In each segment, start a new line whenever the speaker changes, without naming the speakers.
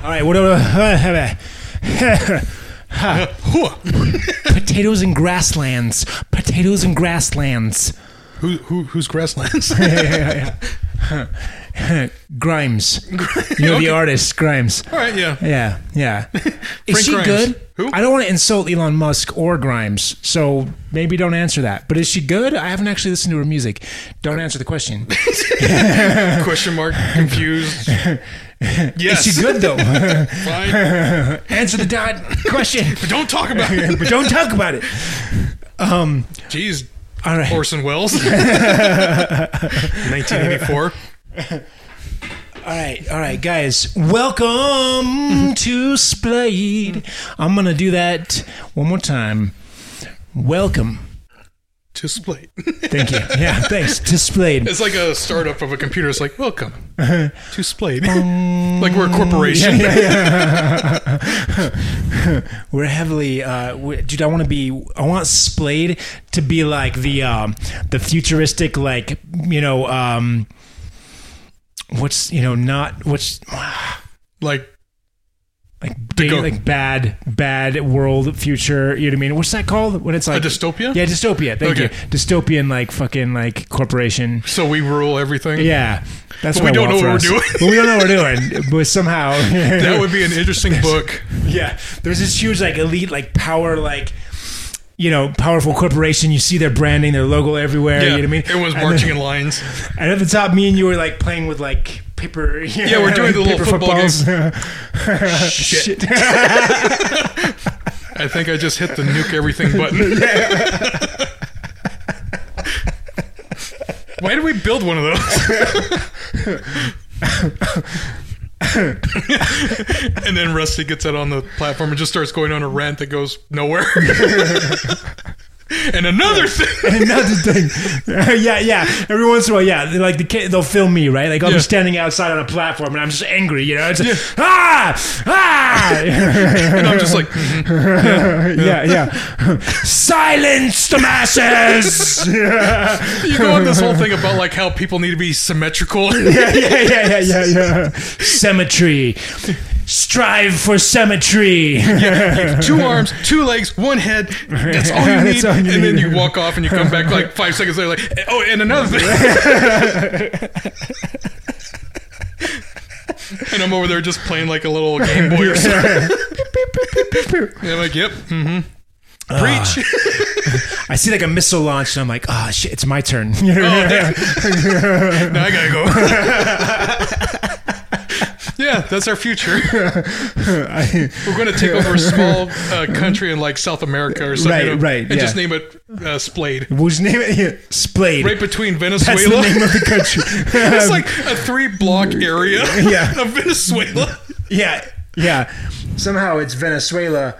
All right, what do potatoes and grasslands. Potatoes and grasslands.
Who, who, who's Grasslands?
Grimes. You know
Okay.
the artist, Grimes.
All right, yeah.
Yeah, yeah.
Frank
is she
Grimes.
good?
Who?
I don't want to insult Elon Musk or Grimes, so maybe don't answer that. But is she good? I haven't actually listened to her music. Don't answer the question.
Question mark, confused. Yes.
Is she good though?
Fine.
answer the dot question.
But don't talk about it.
but don't talk about it. Um.
Jeez,
All right.
Orson Welles. 1984.
All right, all right, guys. Welcome to Splayed. I'm gonna do that one more time. Welcome.
To split.
Thank you. Yeah, thanks. To Splayed.
It's like a startup of a computer. It's like, welcome to Splayed. like we're a corporation.
Yeah, yeah, yeah. We're heavily, uh, we, dude. I want to be. I want Splayed to be like the um, the futuristic, like you know, um, what's you know, not what's
Like,
like big,
go-
like bad, bad world future. You know what I mean? What's that called? When it's like
dystopia?
Yeah, dystopia. Thank
Okay.
you. Dystopian, like fucking, like corporation.
so we rule everything.
Yeah, that's
But we
what I
don't
want
know
for
what we're
us. But we don't know what we're doing. But somehow
That would be an interesting book.
Yeah, there's this huge like elite like power like you know powerful corporation. You see their branding, their logo everywhere. You know what I mean?
Everyone's
And
marching
then-
in lines.
and at the top, me and you were like playing with like paper. Yeah,
we're doing the little football
Shit.
I think I just hit the nuke everything button. Why did we build one of those? and then Rusty gets out on the platform and just starts going on a rant that goes nowhere. and another thing.
And Another thing, yeah, yeah. Every once in a while, yeah, they're like the kid, they'll film me, right? Like I'll
Yeah.
be standing outside on a platform, and I'm just angry, you know? It's like, ah, ah,
And I'm just like, mhm.
yeah, yeah. Silence the masses.
you go on this whole thing about like how people need to be symmetrical.
yeah, yeah, yeah, yeah, yeah, yeah. Symmetry. Strive for symmetry.
two arms, two legs, one head. That's all you need.
That's all you
and then
need.
you walk off and you come back like five seconds later, like, oh, and another thing. and I'm over there just playing like a little Game Boy or something. and I'm like, yep. Mm-hmm.
Ah.
Preach.
I see like a missile launch, and I'm like, ah, shit, it's my turn. You know?
oh, damn. now I gotta go. yeah, that's our future.
I-
We're going to take over a small uh, country in like South America or something.
Right,
you know,
right,
And just
yeah.
name it uh, Splayed.
What's name? Yeah, Splayed.
right between
That's the
Venezuela.
name of the country.
it's like a three block area
Yeah.
of Venezuela.
yeah, yeah. Somehow it's Venezuela,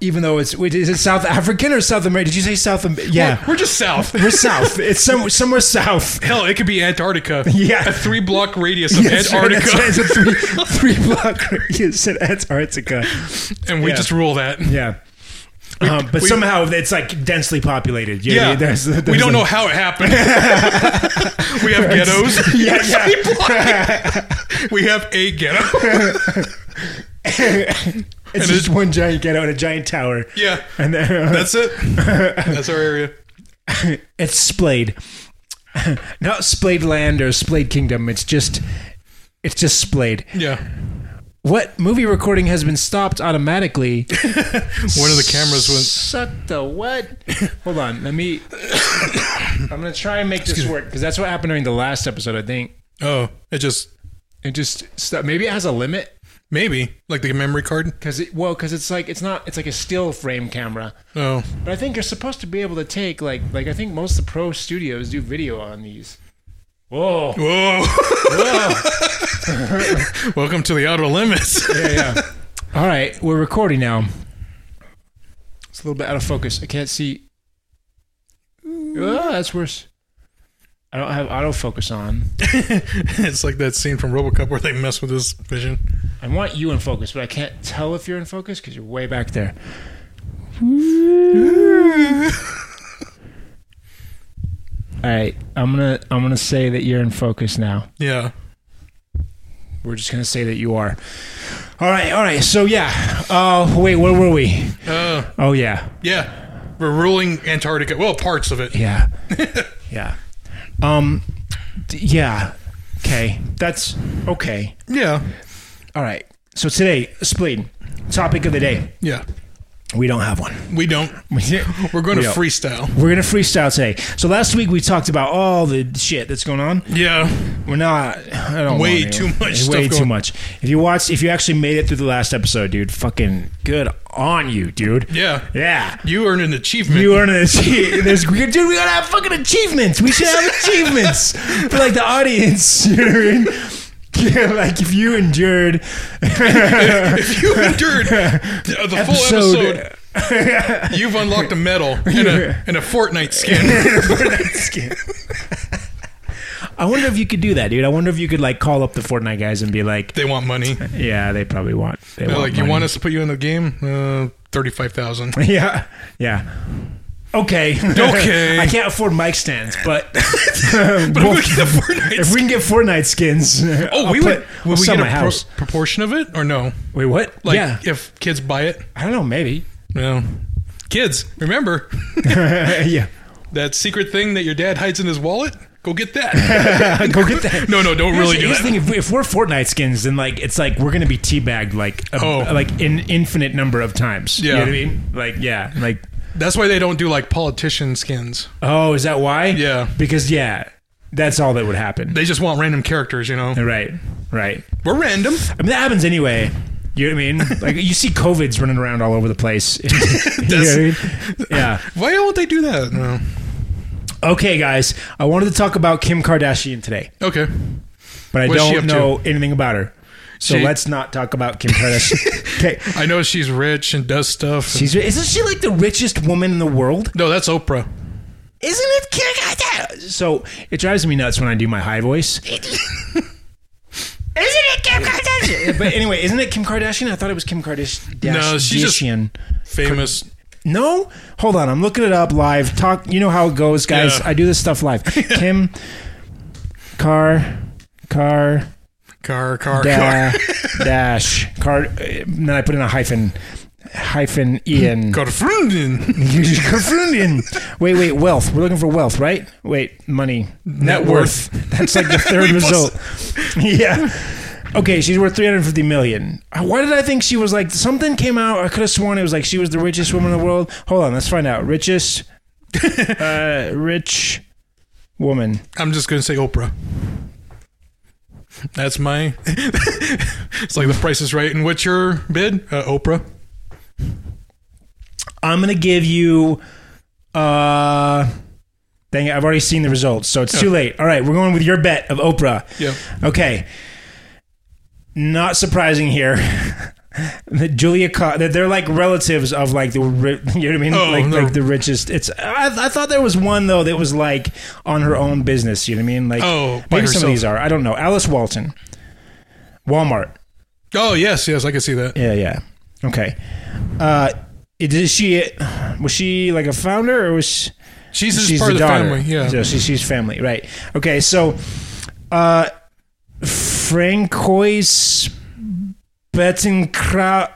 even though it's wait, is it South African or South American? Did you say South? Am- yeah,
We're just south.
we're south. It's some, somewhere south.
Hell, it could be Antarctica.
Yeah.
A three block radius of
That's right,
Antarctica.
that's right, it's a three, three block radius in Antarctica.
And we
Yeah.
just rule that.
Yeah. Um, but
we-
somehow it's like densely populated. You know,
Yeah.
there's- there's
we don't
a-
know how it happened. we have ghettos.
Yeah,
It's
yeah.
three block. we have a ghetto.
It's
and
just one giant ghetto and a giant tower.
Yeah.
And uh, then,
That's it. That's our area.
it's splayed. Not splayed land or splayed kingdom. It's just, it's just splayed.
Yeah.
What movie recording has been stopped automatically?
One of the cameras went.
Suck the what? Hold on, let me. I'm gonna try and make this work because that's what happened during the last episode. I think
Oh, it just.
it just st- maybe it has a limit
Maybe. Like the memory card.
because it well because it's like it's not it's like a still frame camera.
Oh.
But I think you're supposed to be able to take like like I think most of the pro studios do video on these. Whoa!
Whoa. Welcome to the outer limits.
Yeah, yeah. All right, we're recording now. It's a little bit out of focus. I can't see. Oh, that's worse. I don't have autofocus on.
It's like that scene from RoboCop where they mess with his vision.
I want you in focus, but I can't tell if you're in focus because you're way back there. All right, I'm gonna I'm gonna say that you're in focus now.
Yeah.
We're just gonna say that you are. All right, all right. So yeah. Uh, wait, where were we?
Uh,
Oh yeah,
yeah, we're ruling Antarctica. Well, parts of it.
yeah, yeah. Um, d- yeah. Okay, that's okay.
Yeah,
All right. So today, spleen topic of the day.
yeah.
We don't have one.
We don't. We're going to
Yeah.
freestyle.
We're gonna freestyle today. So last week we talked about all the shit that's going on.
Yeah,
We're not. I don't
Way
want to.
too much
Way
stuff
too
going-
much. If you watched, if you actually made it through the last episode, dude, fucking good on you, dude.
yeah.
Yeah.
You earned an achievement.
You earned an achievement. This, dude, we gotta have fucking achievements. We should have achievements for like the audience. You know what I mean? Yeah, like if you endured
you endured the, the
Episode.
full episode. You've unlocked a medal and a, and a Fortnite skin.
I wonder if you could do that, dude. I wonder if you could like call up the Fortnite guys and be like,
they want money.
"Yeah, they probably want." They
They're
want
like, you
money."
want us to put you in the game? Uh, Thirty-five thousand.
Yeah, yeah. Okay,
Okay.
I can't afford mic stands, but,
But we get the Fortnite.
if we can get Fortnite skins,
Oh,
I'll
we
put-
would.
I'll
Would we
sell
get a
my
pro-
house.
proportion of it or no?
Wait, what?
Like
yeah,
if kids buy it,
I don't know. Maybe.
no. Kids, remember
yeah,
that secret thing that your dad hides in his wallet? Go get that.
go get that.
No, no, don't really
here's,
do
here's
that.
the thing: if, we, if we're Fortnite skins, then like it's like we're gonna be teabagged like a,
Oh.
like an infinite number of times. you
Yeah.
know what I mean, like yeah, like
That's why they don't do like politician skins.
oh, is that why?
Yeah.
because yeah, that's all that would happen.
They just want random characters, you know.
right, right.
We're random.
I mean, that happens anyway. You know what I mean? Like you see COVID's running around all over the place. You know what I mean? Yeah.
Why don't they do that? No.
Okay, guys. I wanted to talk about Kim Kardashian today,
Okay.
but I
What's she
don't
up to?
know anything about her. So
She-
let's not talk about Kim Kardashian. okay.
I know she's rich and does stuff.
She's, isn't she like the richest woman in the world?
no, that's Oprah.
Isn't it Kim Kardashian? So it drives me nuts when I do my high voice. isn't it Kim Kardashian? but anyway, isn't it Kim Kardashian? I thought it was Kim Kardashian.
No, she's just- Famous.
No, hold on. I'm looking it up live. Talk. You know how it goes, guys.
Yeah.
I do this stuff live. Kim, car, car,
Car, car, car.
da, dash, car. uh, Then I put in a hyphen, hyphen Ian.
Got a friend in.
Confunding. wait, wait. Wealth. We're looking for wealth, right? Wait, money. Net,
worth.
That's like the third
We must-
result. yeah. Okay, she's worth 350 million. Uh, Why did I think she was like something came out? I could have sworn it was like she was the richest woman in the world. Hold on, let's find out. Richest uh rich woman.
I'm just gonna say Oprah. That's my. it's like the Price is Right. And what's your bid? Uh, Oprah.
I'm going to give you uh Dang it, I've already seen the results, so it's too late. All right, we're going with your bet of Oprah.
Yeah.
Okay. Not surprising here. That Julia, Co- that they're like relatives of like the, ri- you know what I mean,
Oh,
like,
no.
like the richest. It's I, I thought there was one though that was like on her own business. You know what I mean? Like
Oh, by
maybe some
herself.
of these are. I don't know. Alice Walton, Walmart.
Oh yes, yes, I can see that.
Yeah, yeah. Okay. Uh, is she was she like a founder or was?
She's just
she's
part
the
of the
daughter.
family. Yeah.
So she, she's family, right? Okay, so uh Francois Betancourt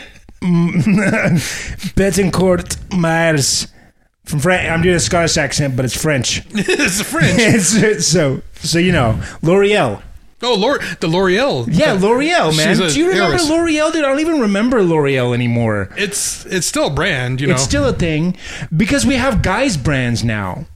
Betancourt Myers from France. I'm doing a Scottish accent, but it's French.
it's the French.
It's- it's- so, so you know, L'Oreal.
Oh, Lor- the L'Oreal.
Yeah, L'Oreal, man.
She's a
Do you remember
heiress.
L'Oreal? Dude, I don't even remember L'Oreal anymore.
It's it's still a brand. You know,
It's still a thing because we have guys brands now.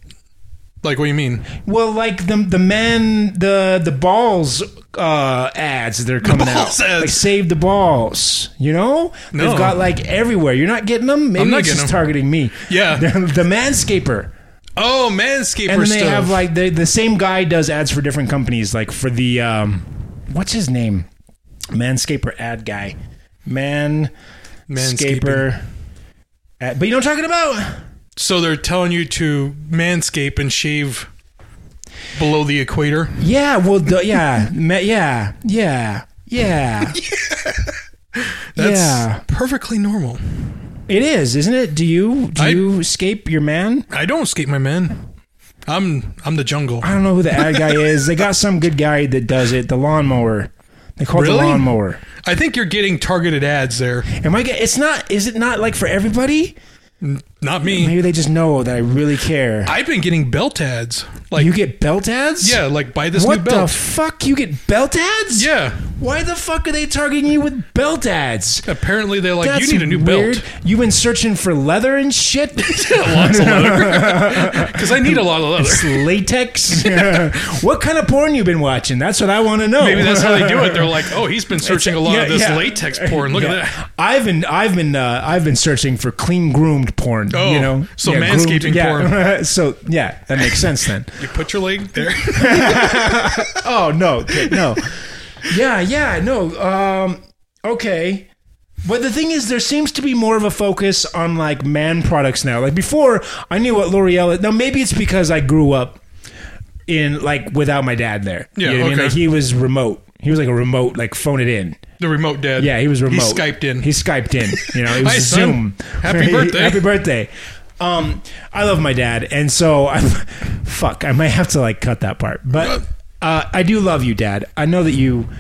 like what do you mean?
Well, like the the men the the balls uh, ads that are coming
balls
out,
ads.
like save the balls. You know,
No.
they've got like everywhere. You're not getting them. Maybe
I'm not
it's
getting
just
them.
targeting me.
Yeah.
the, the manscaper.
Oh, Manscaped
And then
stuff.
they have like the the same guy does ads for different companies, like for the um, what's his name, manscaper ad guy, man,
Manscaping.
manscaper. Ad, but you know what I'm talking about?
So they're telling you to manscape and shave below the equator.
Yeah. Well. The, yeah. ma- yeah. Yeah. Yeah.
That's
Yeah.
perfectly normal.
It is, isn't it? Do you do
I-
you escape your man?
I don't escape my man. I'm I'm the jungle.
I don't know who the ad guy is. They got some good guy that does it. The lawnmower. They call it the
Really?
lawnmower.
I think you're getting targeted ads there.
Am I? get- It's not. Is it not like for everybody?
Not me.
Maybe they just know that I really care.
I've been getting belt ads. Like
you get belt ads?
yeah, like buy this new
What the
belt.
fuck? You get belt ads?
yeah.
Why the fuck are they targeting you with belt ads?
Apparently they're like
That's
you need a new
weird.
belt.
You been searching for leather and shit?
Because I need a lot of leather.
It's latex. what kind of porn you been watching? That's what I want to know.
Maybe that's how they do it. They're like, oh, he's been searching a lot
Yeah,
of this
yeah.
latex porn. Look
Yeah.
at that.
I've been, I've been, uh, I've been searching for clean groomed porn.
Oh,
you know,
so
groomed-
manscaping
yeah. so yeah, that makes sense then.
You put your leg there.
Oh no, okay, no. Yeah, yeah, no. Um, okay. But the thing is, there seems to be more of a focus on like man products now. Like before, I knew what L'Oreal. Now maybe it's because I grew up in like without my dad there.
Yeah,
you know what I mean?
okay.
Like he was remote. He was like a remote, like phone it in.
the remote dad.
Yeah, he was remote.
He Skyped in.
He Skyped in. You know, it was
Hi, son.
Zoom.
Happy
He-
birthday.
Happy birthday. Um, I love my dad, and so I, fuck, I might have to like cut that part. But uh, I do love you, Dad. I know that you.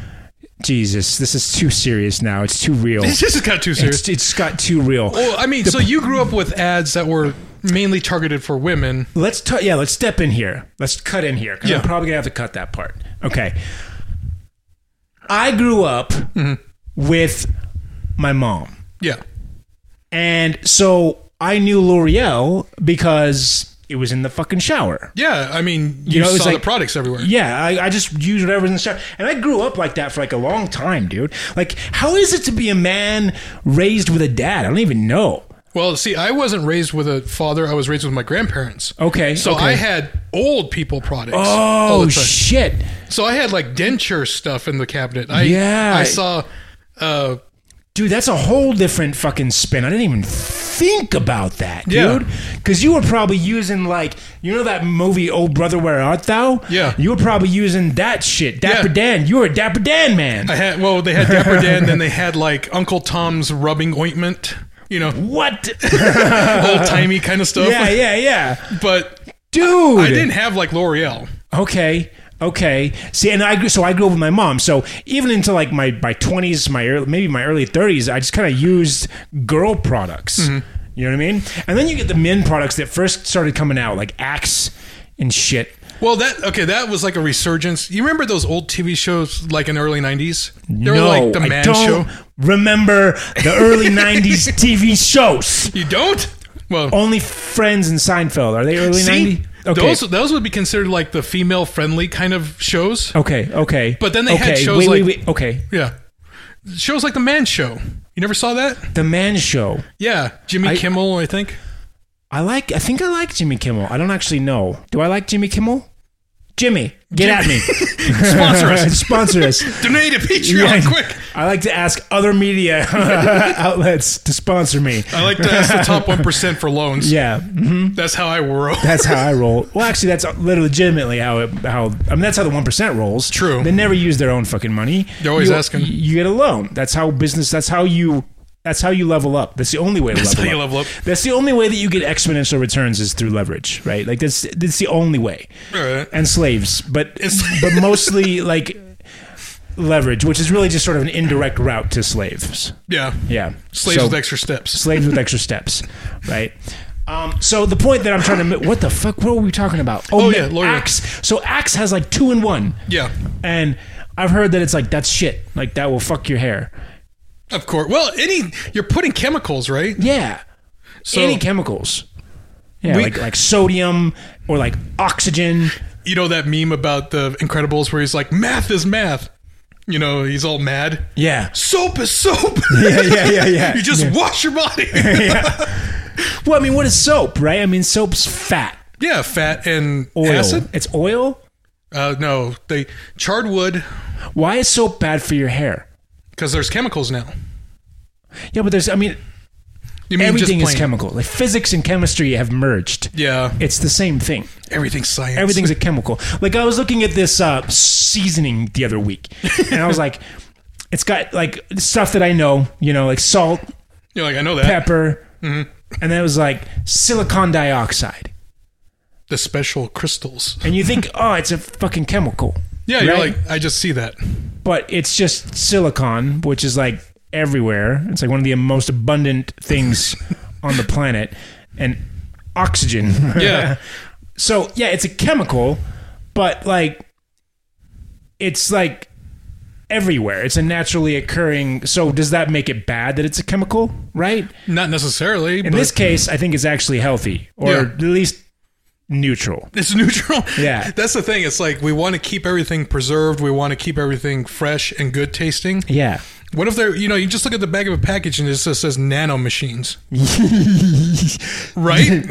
Jesus, this is too serious now. It's too real.
this is kind of too serious.
It's, it's got too real.
well, I mean, so you grew up with ads that were mainly targeted for women.
Let's t- yeah, let's step in here. Let's cut in here. 'cause
Yeah.
I'm probably gonna have to cut that part. Okay. I grew up
Mm-hmm.
with my mom.
Yeah.
And so I knew L'Oreal because it was in the fucking shower.
Yeah. I mean, you,
know, it's
saw the
like-
products everywhere.
Yeah, I, I just used whatever was in the shower. And I grew up like that for like a long time, dude. Like, how is it to be a man raised with a dad? I don't even know.
Well, see, I wasn't raised with a father. I was raised with my grandparents.
Okay.
So
okay.
I had old people products. all
Oh,
the time.
shit.
so I had like denture stuff in the cabinet. I,
Yeah.
I saw. Uh,
Dude, that's a whole different fucking spin. I didn't even think about that,
Yeah.
dude. Because you were probably using like, you know that movie "Oh Brother Where Art Thou"?
Yeah.
You were probably using that shit. Dapper
Yeah.
Dan, you were a Dapper Dan man.
I had well, they had Dapper Dan, then they had like Uncle Tom's rubbing ointment, you know,
what?
old timey kind of stuff.
Yeah, yeah, yeah.
But
Dude.
I didn't have like L'Oreal.
Okay. Okay. See, and I grew, so I grew up with my mom. So even into like my my twenties, my early, maybe my early thirties, I just kind of used girl products.
Mm-hmm.
You know what I mean? And then you get the men products that first started coming out, like Axe and shit.
Well, that okay, that was like a resurgence. You remember those old TV shows like in the early '90s? They
no,
were like the man
I don't
show.
remember the early '90s TV shows.
You don't? Well,
Only Friends and Seinfeld are they early
see,
'90s? Okay.
those those would be considered like the female-friendly kind of shows.
okay. Okay.
But then they
okay.
had shows
wait,
like-
wait, wait. Okay.
Yeah, shows like the Man Show. You never saw that?
The Man Show.
Yeah, Jimmy Kimmel, I think.
I like. I think I like Jimmy Kimmel. I don't actually know. Do I like Jimmy Kimmel? Jimmy, get at me.
Sponsor us.
Sponsor us.
Donate a Patreon
Yeah.
quick.
I like to ask other media outlets to sponsor me.
I like to ask the top one percent for loans.
Yeah, mhm.
That's how I roll.
that's how I roll. Well, actually, that's legitimately how it. How I mean, that's how the one percent rolls.
True.
They never use their own fucking money.
They're always
you,
asking.
You get a loan. That's how business. That's how you. That's how you level up. That's the only way to
That's
level
how
up.
you level up.
That's the only way that you get exponential returns is through leverage, right? Like that's that's the only way.
Alright.
and slaves, but
It's-
but mostly like leverage, which is really just sort of an indirect route to slaves.
Yeah.
Yeah,
Slaves
So,
with extra steps.
slaves with extra steps, right? Um, so the point that I'm trying to make, what the fuck? What were we talking about?
Oh,
ma-
yeah, lawyer.
Axe. So Axe has like two in one,
Yeah.
and I've heard that it's like that's shit. Like that will fuck your hair.
Of course. Well, any you're putting chemicals, right?
Yeah,
So
any chemicals. Yeah,
We-
like like sodium or like oxygen.
you know that meme about the Incredibles where he's like, "Math is math." You know, he's all mad.
Yeah.
Soap is soap.
Yeah, yeah, yeah, yeah.
you just wash your body.
Well, I mean, what is soap, right? I mean, soap's fat,
yeah, fat and
oil.
acid.
It's oil.
Uh, no, they charred wood
Why is soap bad for your hair?
because there's chemicals now.
Yeah, but there's, I mean,
You mean
everything
just
is
plain-
chemical. Like physics and chemistry have merged.
Yeah,
It's the same thing.
everything's science.
Everything's a chemical. Like I was looking at this uh, seasoning the other week, and I was like, it's got like stuff that I know, you know, like salt,
You're like, I know that.
pepper, and then it was like silicon dioxide.
The special crystals.
And you think, oh, it's a fucking chemical.
Yeah, you're
Right?
like, I just see that.
but it's just silicon, which is like everywhere. It's like one of the most abundant things on the planet, and oxygen.
Yeah.
so yeah, it's a chemical, but like it's like everywhere. It's a naturally occurring. So does that make it bad that it's a chemical, right?
Not necessarily,
In
but
this case, I think it's actually healthy, or
Yeah.
at least neutral.
it's neutral.
Yeah.
That's the thing. It's like we want to keep everything preserved. We want to keep everything fresh and good tasting.
Yeah.
What if they're, you know, you just look at the back of a package and it just says nano machines, right?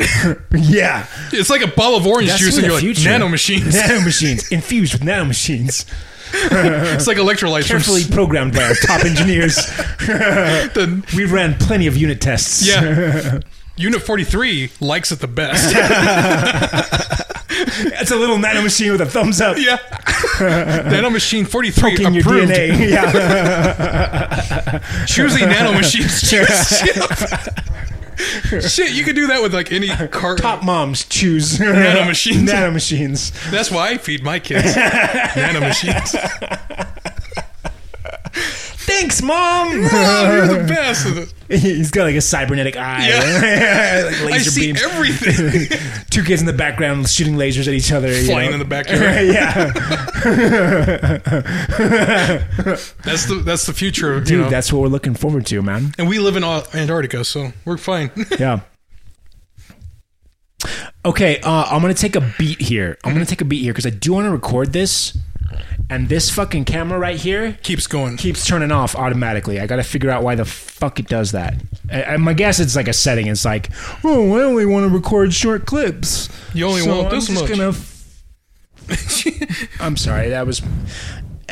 yeah.
it's like a bottle of orange
That's
juice and
the
you're like,
future.
nano machines.
Nanomachines infused with nanomachines.
it's like electrolytes
carefully programmed by our top engineers.
from the
We ran plenty of unit tests.
Yeah. Unit 43 likes it the best.
That's a little nano machine with a thumbs up
yeah. Nano Machine 43
in your
approved.
DNA. Yeah.
Choose a Nano Machine. Shit, you could do that with like any cart.
Top moms choose
Nanomachines.
Nanomachines.
That's why I feed my kids Nano Machines.
Thanks, mom.
Oh, you're the best.
He's got like a cybernetic eye.
Yeah.
like
I
laser
see
beams.
everything.
Two kids in the background shooting lasers at each other. you
Flying
know?
in the backyard.
yeah.
That's the that's the future of you
Dude,
know.
that's what we're looking forward to, man.
and we live in Au- Antarctica, so we're fine.
Yeah. Okay, uh, I'm gonna take a beat here. I'm gonna take a beat here because I do want to record this, and this fucking camera right here
Keeps going.
keeps turning off automatically. I gotta figure out why the fuck it does that. I, I, my guess it's like a setting. It's like, oh, I only want to record short clips.
You only
so
want
I'm
this
just
much."
Gonna f- I'm sorry. That was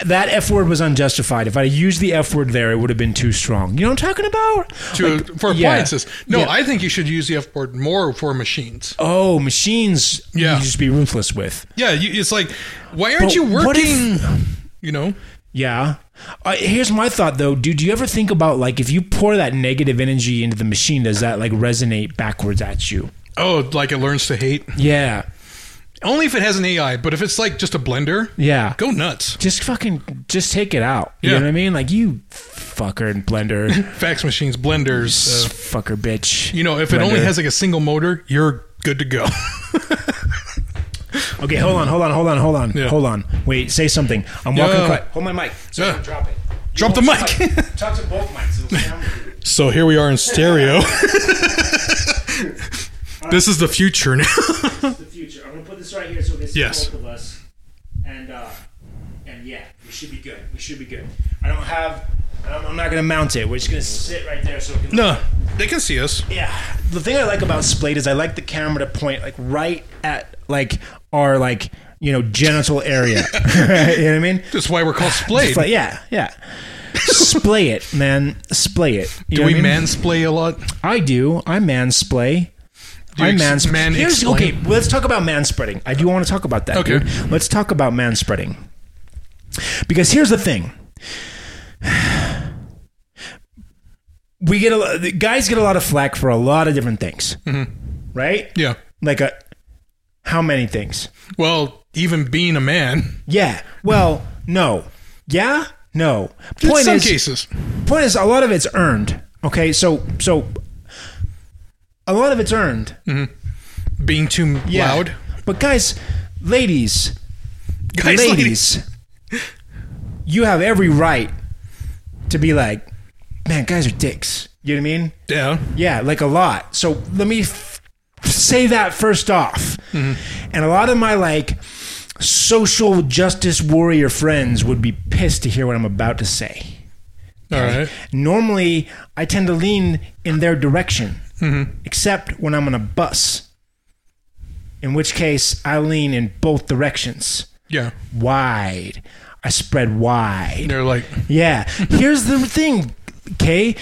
that f word was unjustified. If I used the f word there, it would have been too strong. You know what I'm talking about?
to, for
yeah.
appliances. No,
Yeah.
I think you should use the F word more for machines.
Oh, machines.
Yeah.
You just be ruthless with.
Yeah, you, it's like, why aren't
But
you
what
working?
if-
you know,
Yeah. Uh, here's my thought though, dude. Do you ever think about like if you pour that negative energy into the machine, does that like resonate backwards at you?
oh, like it learns to hate.
Yeah.
Only if it has an AI, but if it's like just a blender,
Yeah.
go nuts.
Just fucking just take it out. You
Yeah.
know what I mean? Like you fucker and blender,
Fax machines, blenders. Uh,
fucker bitch.
you know, if it only has like a single motor, you're good to go.
Okay, hold on, hold on, hold on, hold on,
Yeah.
hold on. Wait, say something. I'm walking.
Yeah.
Across. Hold my mic. So
Yeah.
I can drop it.
Drop the mic.
Talk to both mics. It'll sound good.
so here we are in stereo. this is the future now.
the future. I'm gonna put this right here so this
Yes.
is both of us. And uh, and yeah, we should be good. We should be good. I don't have. I'm, I'm not gonna mount it. We're just gonna sit right there so. It can
no, they can see us.
Yeah. The thing I like about Splate is I like the camera to point like right at like our like you know genital area. you know what I mean?
That's why we're called Splay.
But yeah, yeah. Splay it, man. Splay it. You
Do
know
we
what I mean?
mansplay a lot?
I do. I mansplay.
Do you
I
ex-
mansp-
man
Here's-
explain?
Okay, well, let's talk about manspreading. I do want to talk about that.
Okay.
dude. Let's talk about manspreading. Because here's the thing. We get a lo- the guys get a lot of flack for a lot of different things.
Mm-hmm.
Right?
Yeah.
Like a how many things?
Well, even being a man,
Yeah. Well, no. Yeah? No.
in
Point
some
is
cases,
point is a lot of it's earned. Okay? So so a lot of it's earned.
being too
Yeah.
loud.
But guys, ladies,
Guys,
ladies, you have every right to be like, man, guys are dicks. You know what I mean?
Yeah.
Yeah, like a lot. So let me f- say that first off. And a lot of my like social justice warrior friends would be pissed to hear what I'm about to say.
All right.
Normally, I tend to lean in their direction, except when I'm on a bus, in which case I lean in both directions,
Yeah.
wide. I spread wide.
They're like,
Yeah. Here's the thing, okay?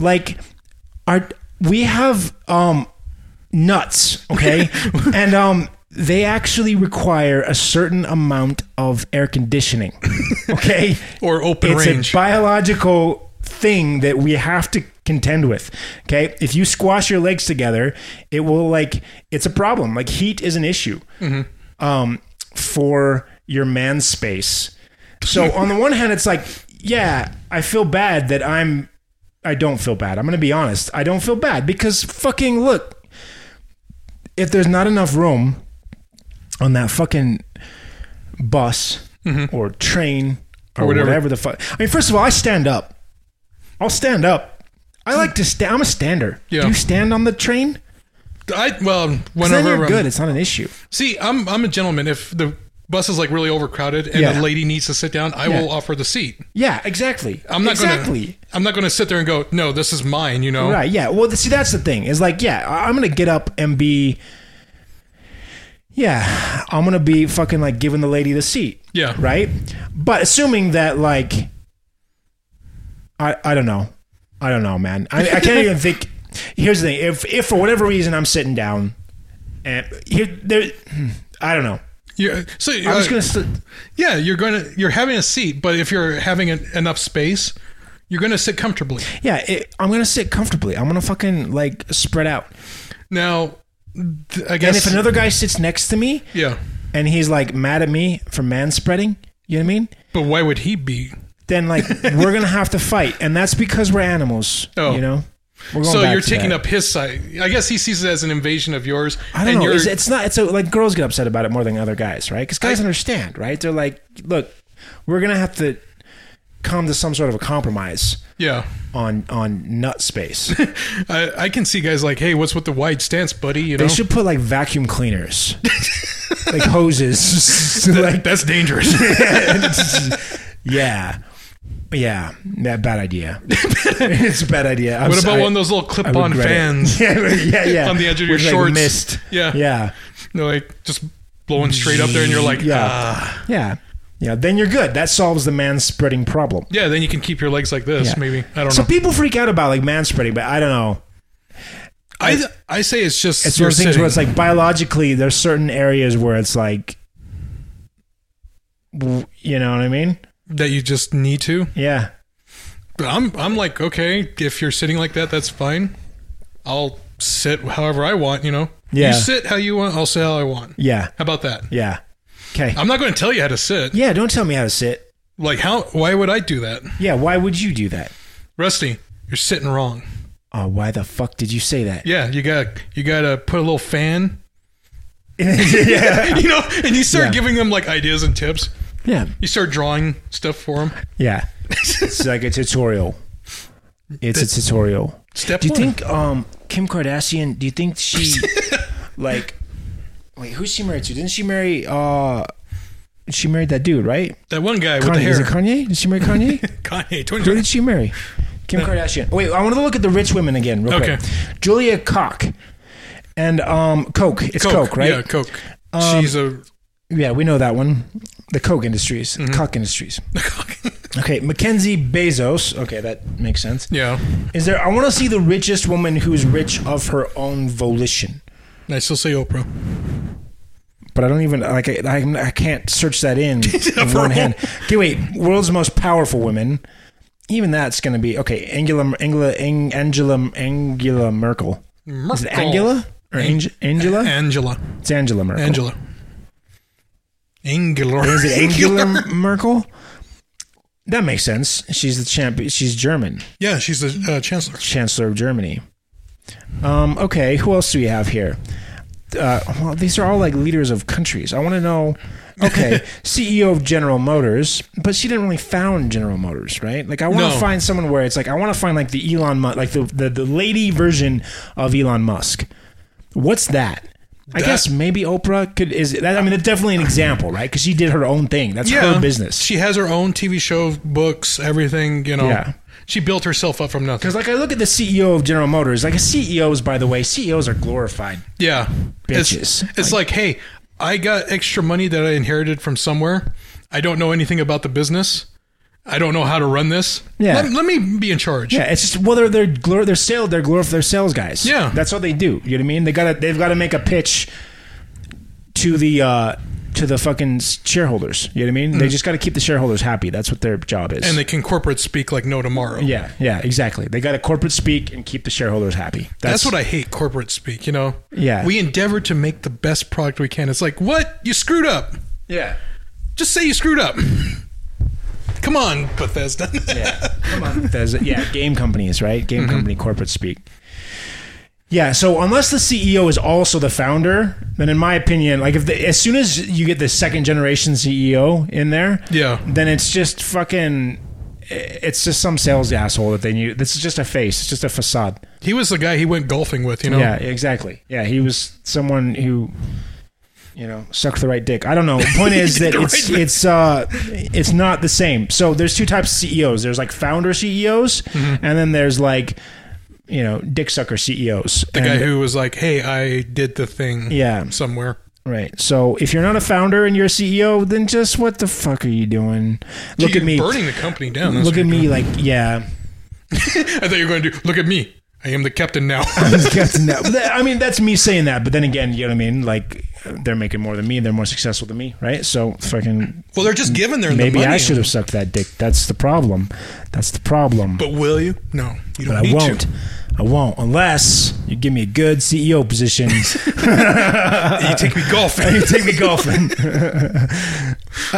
Like, our we have um nuts, okay? and um they actually require a certain amount of air conditioning. Okay?
Or open
it's
range.
a biological thing that we have to contend with. Okay? If you squash your legs together,
Mm-hmm.
it will like it's a problem. Like heat is an issue. Um for your man space. So on the one hand, it's like, yeah, I feel bad that I'm. I don't feel bad. I'm going to be honest. I don't feel bad because fucking look, if there's not enough room on that fucking bus or train or,
Mm-hmm. Or
whatever.
whatever.
the fuck. I mean, first of all, I stand up. I'll stand up. I like to stand. I'm a stander.
Hmm. Yeah.
Do you stand on the train?
I well,
'Cause Then
whenever
you're
um,
good. It's not an issue.
see, I'm I'm a gentleman. If the bus is like really overcrowded and
Yeah.
the lady needs to sit down, I
Yeah.
will offer the seat.
Yeah, exactly.
I'm not
exactly.
gonna I'm not gonna sit there and go, no, this is mine. You know,
Right. Yeah. Well, th- see, that's the thing. Is like, yeah, I- I'm gonna get up and be. Yeah, I'm gonna be fucking like giving the lady the seat,
yeah,
right? But assuming that like, I I don't know, I don't know, man. I, I can't even think. Here's the thing: if if for whatever reason I'm sitting down, and here there, I don't know.
Yeah. So
I'm
uh,
just gonna. sit
yeah, you're gonna you're having a seat, but if you're having en- enough space, you're gonna sit comfortably.
yeah, it, I'm gonna sit comfortably. I'm gonna fucking like spread out.
Now, th- I
And
guess
if another guy sits next to me,
yeah,
and he's like mad at me for man spreading, you know what I mean?
but why would he be?
Then like we're gonna have to fight, and that's because we're animals.
Oh.
you know. We're going
So
back
you're
to
taking
that.
up his side. I guess he sees it as an invasion of yours.
I don't
and
know.
You're,
It's, it's not. It's a, like girls get upset about it more than other guys, right? Because guys
I-
understand, right? They're like, look, we're gonna have to come to some sort of a compromise
yeah.
on on nut space.
I, I can see guys like, hey, what's with the wide stance, buddy? You know,
they should put like vacuum cleaners, like hoses, like
that's dangerous.
yeah. Yeah, that bad idea. it's a bad idea. I'm
what about
sorry.
one of those little
I
clip-on
regret it.
fans?
yeah, yeah, yeah.
On the edge of your
With,
shorts.
mist.
Yeah.
yeah,
They're like just blowing straight up there, and you're like,
Yeah.
yeah, ah.
yeah, yeah. Then you're good. That solves the man spreading problem.
yeah. Then you can keep your legs like this.
Yeah.
Maybe I don't
So
know.
people freak out about like man spreading, but I don't know.
I I say it's just
It's one
you're
of those things
sitting.
where it's like biologically, there's certain areas where it's like, w- you know what I mean?
that you just need to.
Yeah,
But I'm I'm like okay if you're sitting like that that's fine. I'll sit however I want. You know.
Yeah.
You sit how you want. I'll sit how I want.
yeah,
How about that?
yeah. Okay.
I'm not going to tell you how to sit.
yeah, don't tell me how to sit.
Like how? Why would I do that,
Yeah, why would you do that?
Rusty? You're sitting wrong.
Oh, why the fuck did you say that?
Yeah, you got to you got to put a little fan.
yeah,
you know, and you start
Yeah.
giving them like ideas and tips.
yeah.
You start drawing stuff for them.
Yeah. it's like a tutorial. It's a tutorial.
Step
Do you
one.
think um Kim Kardashian, do you think she like wait, who's she married to? Didn't she marry uh she married that dude, right?
that one guy with
Kanye.
the
Is it
hair,
Kanye? Did she marry Kanye?
Kanye,
Who
2020.
did she marry? Kim Kardashian. Wait, I want to look at the rich women again, real
Okay.
quick. Julia Koch and um Coke. It's Coke, right? Um,
Yeah, Coke. She's a
Yeah, we know that one. The Coke Industries,
Mm-hmm.
Coke Industries. Okay, Mackenzie Bezos. Okay, that makes sense.
yeah.
Is there? I want to see the richest woman who is rich of her own volition.
I still say Oprah.
But I don't even like. I, I, I can't search that in with one hand. Okay, wait. World's most powerful women. Even that's going to be okay. Angela, Angela, Ang, Angela, Angela Merkel. Is it
Merkel.
Angela or Ang, Angela?
Angela.
It's Angela Merkel.
Angela. Angela.
Is it Angela Merkel? That makes sense. She's the champion. She's German.
Yeah, she's the uh, chancellor.
Chancellor of Germany. Um, okay, who else do we have here? Uh, well, these are all like leaders of countries. I want to know. Okay, CEO of General Motors, but she didn't really found General Motors, right? Like, I want to
No.
find someone where it's like I want to find like the Elon Musk, like the, the the lady version of Elon Musk. What's that? I
That-
guess maybe Oprah could is that. I mean, that's definitely an example, right? Because she did her own thing. That's her business.
She has her own TV show, books, everything. You know.
Yeah.
She built herself up from nothing.
Because like I look at the CEO of General Motors, like CEOs, by the way, CEOs are glorified.
Yeah. It's-
Bitches.
It's, like, hey, I got extra money that I inherited from somewhere. I don't know anything about the business. I don't know how to run this.
Yeah.
Let, let me be in charge.
Yeah, it's just whether they're glor- they're sale they're glor- they're sales guys.
Yeah.
that's what they do. You know what I mean? They got to they've got to make a pitch to the uh, to the fucking shareholders. You know what I mean? They just got to keep the shareholders happy. That's what their job is.
Mm. And they can corporate speak like no tomorrow.
yeah, yeah, exactly. They got to corporate speak and keep the shareholders happy.
That's, what I hate corporate speak, you know?
Yeah.
We endeavor to make the best product we can. It's like, what? You screwed up.
yeah.
Just say you screwed up. Come on, Bethesda.
yeah. Come on, Bethesda. Yeah, game companies, right? Game company corporate speak. Yeah, so unless the CEO is also the founder, then in my opinion, like if the, as soon as you get the second generation CEO in there,
Yeah.
then it's just fucking it's just some sales asshole that they knew. This is just a face. It's just a facade.
he was the guy he went golfing with, you know?
Yeah, exactly. Yeah, he was someone who, you know, sucked the right dick. I don't know. The point is that it's it's uh it's not the same. So there's two types of CEOs. There's like founder CEOs,
Mm-hmm.
and then there's like, you know, dick sucker E CEOs.
The guy who was like, hey, I did the thing
Yeah.
somewhere.
Right. So if you're not a founder and you're a CEO, then just what the fuck are you doing? Look
You're
at me.
Burning the company down. That's
Look
what
at
you're
me. Like yeah.
doing. I thought you were going to do, look at me. I am the captain now.
Captain Now- but that- I mean, that's me saying that, but then again, you know what I mean? Like, they're making more than me. They're more successful than me, right? So, fucking,
well, they're just giving their
maybe
the money.
I should have sucked that dick. That's the problem. That's the problem. But,
But will you? No, you don't
I
need
won't.
to.
I won't unless you give me a good CEO position. Uh-uh.
You take me golfing.
you take me golfing.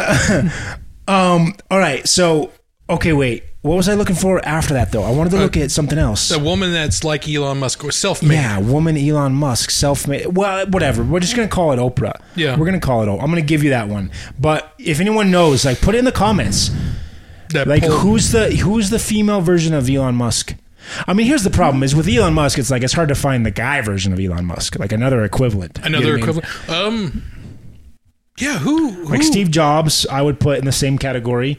um. All right. So, okay. Wait. What was I looking for after that though? I wanted to look at something else.
A Uh, woman that's like Elon Musk or self-made.
Yeah, woman Elon Musk, self made. Well, whatever. We're just going to call it Oprah.
Yeah.
We're going to call it Oprah. I'm going to give you that one. But if anyone knows, like, put it in the comments.
That
Like,
pull-
who's the who's the female version of Elon Musk? I mean, here's the problem: is with Elon Musk, it's like it's hard to find the guy version of Elon Musk, like another equivalent. You know
another
what I mean?
equivalent. Um, yeah, who? who?
Like Steve Jobs, I would put in the same category.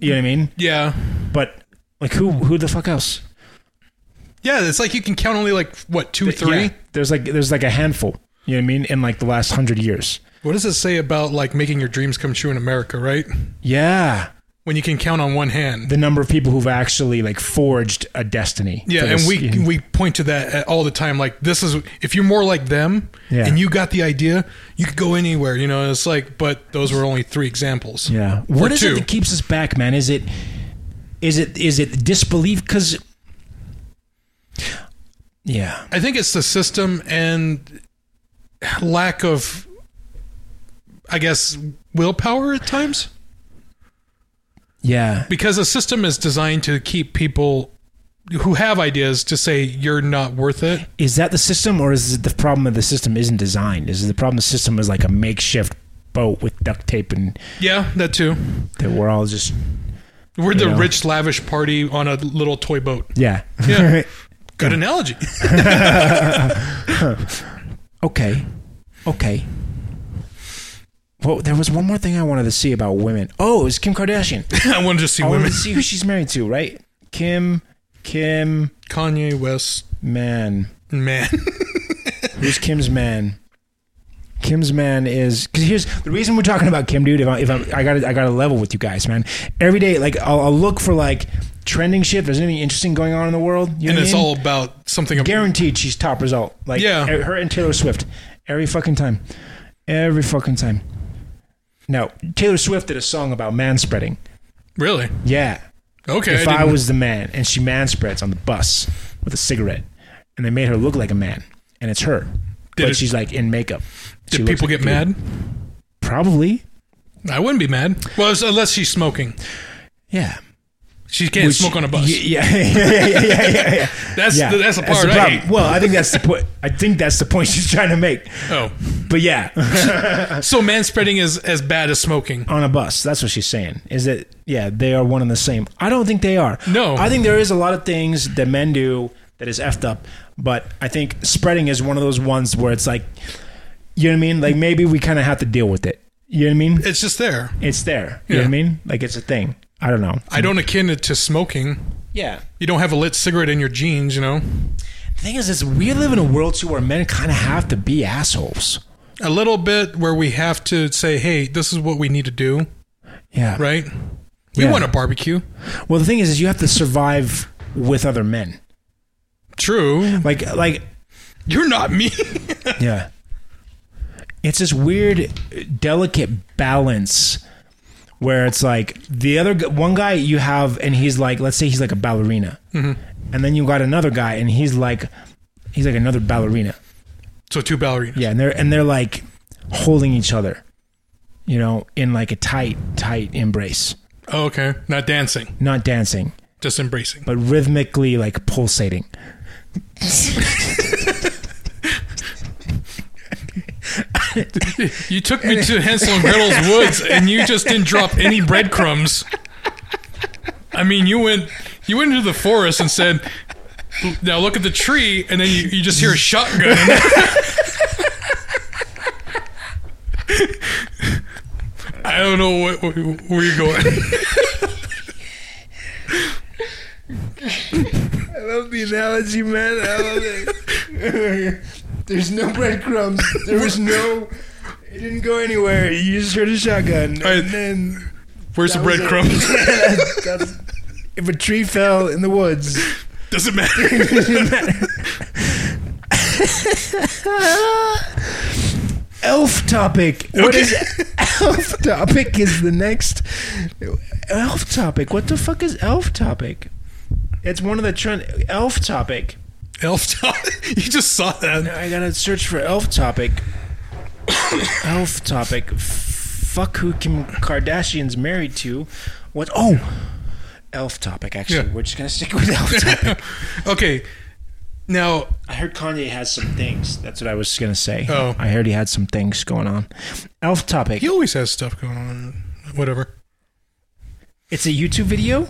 You know what I mean?
Yeah,
But like, who who the fuck else?
yeah. It's like you can count only like what two, three.
Yeah, there's like there's like a handful. You know what I mean? In like the last hundred years.
What does it say about like making your dreams come true in America? Right,
Yeah.
when you can count on one hand.
the number of people who've actually like forged a destiny.
Yeah,
for
and
this-
we we point to that at- all the time. Like this is if you're more like them,
Yeah.
and you got the idea, you could go anywhere. You know, it's like, but those were only three examples.
yeah. What is
two.
it that keeps us back, man? Is it is it is it disbelief? Because yeah,
I think it's the system and lack of, I guess, willpower at times.
yeah,
Because the system is designed to keep people who have ideas to say you're not worth it.
is that the system, or is it the problem that the system isn't designed? Is it the problem the system is like a makeshift boat with duct tape and
Yeah, that too.
that we're all just
We're the
Yeah.
rich, lavish party on a little toy boat.
yeah
Yeah. Good analogy.
okay okay. Well, there was one more thing I wanted to see about women. Oh, it was Kim Kardashian.
I want to just see
I
women.
want to see who she's married to, right? Kim, Kim,
Kanye West,
man.
man.
Who's Kim's man? Kim's man is because here's the reason we're talking about Kim, dude. If I if I'm, I got I got to level with you guys, man. Every day, like I'll, I'll look for like trending shit. If there's anything interesting going on in the world, you know
and
what I
it's
mean?
all about something. About,
guaranteed. She's top result. Like
Yeah.
e- her and Taylor Swift every fucking time, every fucking time. Now Taylor Swift did a song about manspreading.
really?
Yeah,
Okay.
if
I
I
didn't-
was the man and she man spreads on the bus with a cigarette and they made her look like a man and it's her
Did
but
it-
she's like in makeup She
did
looks
people
like
get
a dude.
mad?
probably
I wouldn't be mad. Well, it's- unless she's smoking.
yeah
She can't smoke on a bus.
Y- yeah yeah yeah yeah, yeah, yeah.
that's
Yeah.
that's the part.
the
I
problem.
hate.
well I think that's the point I think that's the point she's trying to make
Oh,
but yeah
so manspreading is as bad as smoking.
on a bus that's what she's saying is that yeah they are one and the same I don't think they are
No.
I think there is a lot of things that men do that is effed up but I think spreading is one of those ones where it's like You know what I mean? Like maybe we kind of have to deal with it. You know what I mean?
It's just there.
It's there. You know what I
Yeah.
mean? Like it's a thing. I don't know.
I don't akin it to smoking.
Yeah.
You don't have a lit cigarette in your jeans, you know.
The thing is, is we live in a world too where men kind of have to be assholes.
A little bit where we have to say, "Hey, this is what we need to do,"
Yeah.
right? We
Yeah.
want a barbecue.
Well, the thing is, is you have to survive with other men.
True.
Like, like,
You're not me.
yeah. It's this weird, delicate balance where it's like the other g- one guy you have, and he's like, let's say he's like a ballerina, and then you got another guy, and he's like, he's like another ballerina.
so two ballerinas.
Yeah, and they're and they're like holding each other. you know, in like a tight, tight embrace,
Oh, okay. Not dancing,
not dancing,
just embracing.
but rhythmically like pulsating.
You took me to Hansel and Gretel's woods, and you just didn't drop any breadcrumbs. I mean, you went you went into the forest and said, "Now look at the tree," and then you, you just hear a shotgun. I don't know what, where you're going.
I love the analogy, man. I love it. There's no breadcrumbs. There was no. It didn't go anywhere. You just heard a shotgun,
Alright.
then
Where's the
That was it.
breadcrumbs?
That's- if a tree fell in the woods,
Doesn't matter.
it didn't matter. elf topic. What is elf topic? Is the next elf topic? What the fuck is elf topic? It's one of the trend elf topic.
Elf top. You just saw that.
I gotta search for elf topic. elf topic. Fuck who Kim Kardashian's married to. What? Oh, elf topic. Actually,
Yeah.
we're just gonna stick with elf topic.
okay. Now,
I heard Kanye has some things. That's what I was gonna say.
Oh.
I heard he had some things going on. Elf topic.
he always has stuff going on. Whatever.
It's a YouTube video.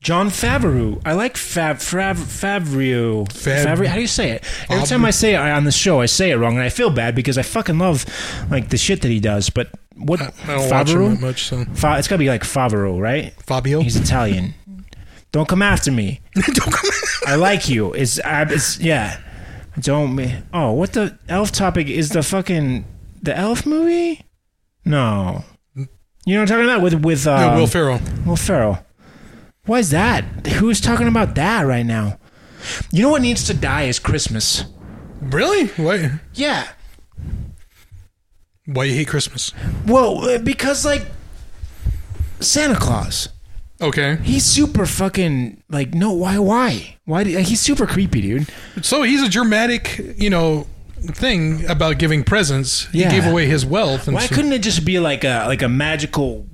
John Favreau. I like Fav Fav Favreau.
Fav-
Favreau. How do you say it? Every
Fab-
time I say it on the show, I say it wrong, and I feel bad because I fucking love like the shit that he does. But what
I don't watch him that much, so
Fa- it's gotta be like Favreau, right?
Fabio.
He's Italian. Don't come after me.
Don't come
I like you. It's, I, it's yeah. Don't me. Oh, what the elf topic is the fucking the elf movie? No, you know what I'm talking about with with uh,
No, Will Ferrell.
Will Ferrell. Why is that? Who's talking about that right now? You know what needs to die is Christmas.
Really? Why?
Yeah.
Why you hate Christmas?
Well, uh, because like Santa Claus.
Okay.
He's super fucking like no why why why do, he's super creepy dude.
So he's a dramatic, you know, thing about giving presents.
Yeah.
He gave away his wealth. And
Why
so-
couldn't it just be like a like a magical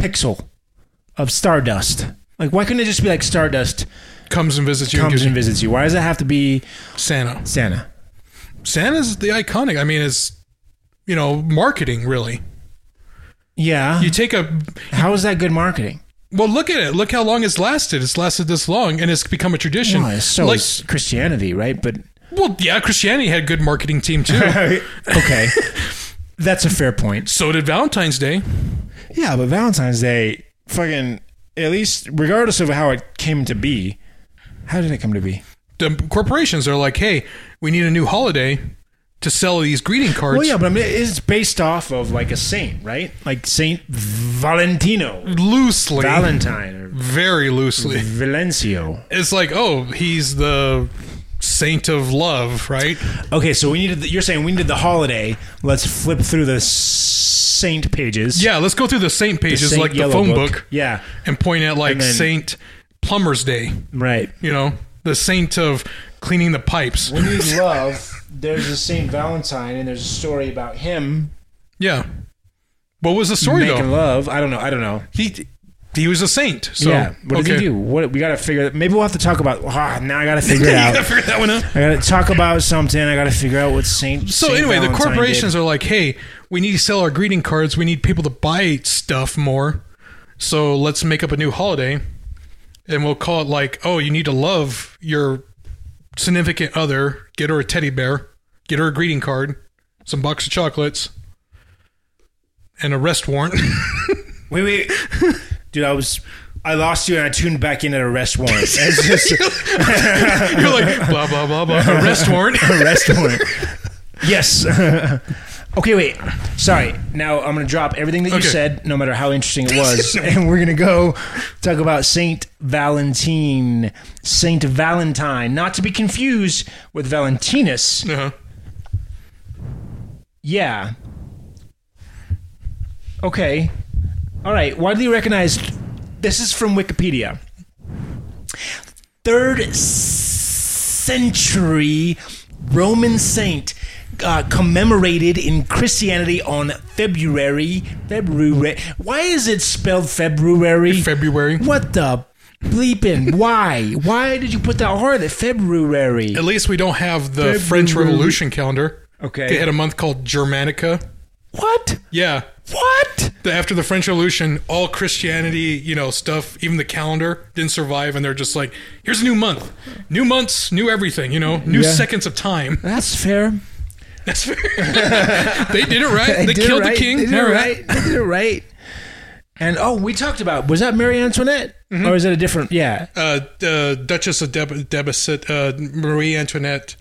pixel of stardust? Like why couldn't it just be like stardust
comes and visits you and
comes
gives
and
you
visits you? Why does it have to be
Santa?
Santa?
Santa's the iconic. I mean, it's you know marketing really.
Yeah.
You take a
How is that good marketing?
well, look at it. Look how long it's lasted. It's lasted this long, and it's become a tradition.
Well, so
like,
is Christianity, right? But
well, yeah, Christianity had a good marketing team too.
okay. That's a fair point.
so did Valentine's Day.
Yeah, but Valentine's Day, fucking, at least regardless of how it came to be, how did it come to be?
The corporations are like, hey, we need a new holiday to sell these greeting cards.
Well, yeah, but I mean, it's based off of like a saint, right? Like Saint Valentino,
loosely,
Valentine, or
very loosely.
Mm-hmm. Valencio.
It's like, oh, he's the saint of love, right?
Okay, so we needed. The, you're saying we needed the holiday. Let's flip through the saint pages.
Yeah, let's go through the saint pages
Saint
like the
yellow
phone book.
Yeah,
and point at like
And then-
Saint Plumber's Day,
right.
you know, the saint of cleaning the pipes.
We need love. There's a Saint Valentine, and there's a story about him
Yeah. What was the story
making
though?
love. I don't know. I don't know.
He he was a saint. So
yeah. What did
okay.
he do? What we gotta figure. Maybe we'll have to talk about. Ah, now I gotta figure it
Yeah, I
out.
figured that one out.
I gotta talk about something. I gotta figure out what Saint.
So
Saint
anyway, the
Valentine
corporations
did.
are like, "Hey, we need to sell our greeting cards. We need people to buy stuff more. So let's make up a new holiday, and we'll call it like, oh, you need to love your significant other. Get her a teddy bear. Get her a greeting card, some box of chocolates, and a rest warrant.
Wait, wait, dude. I was. I lost you, and I tuned back in at arrest warrant. It's just
You're like, blah blah blah blah. A rest warrant.
arrest warrant. Yes. okay. Wait. Sorry. Now I'm gonna drop everything that you
Okay.
said, no matter how interesting it was, and we're gonna go talk about Saint Valentine, Saint Valentine, not to be confused with Valentinus.
Uh-huh.
Yeah. Okay. All right. Widely recognized. This is from Wikipedia. Third century Roman saint uh, commemorated in Christianity on February. February. Why is it spelled February?
February.
What the bleeping? Why? Why did you put that hard at February?
At least we don't have the French
February.
Revolution calendar.
Okay.
They had a month called Germanica.
What?
Yeah.
What?
The- After the French Revolution, all Christianity, you know, stuff, even the calendar didn't survive, and they're just like, here's a new month. New months, new everything, you know, new
Yeah.
seconds of time.
That's fair.
That's fair. they did it right. They,
did it
killed
right.
the king.
They did it
All right.
right. They did it right. And oh, we talked about was that Marie Antoinette or is it a different? Yeah.
uh, uh, Duchess of Deb- Debussy, uh, Marie Antoinette,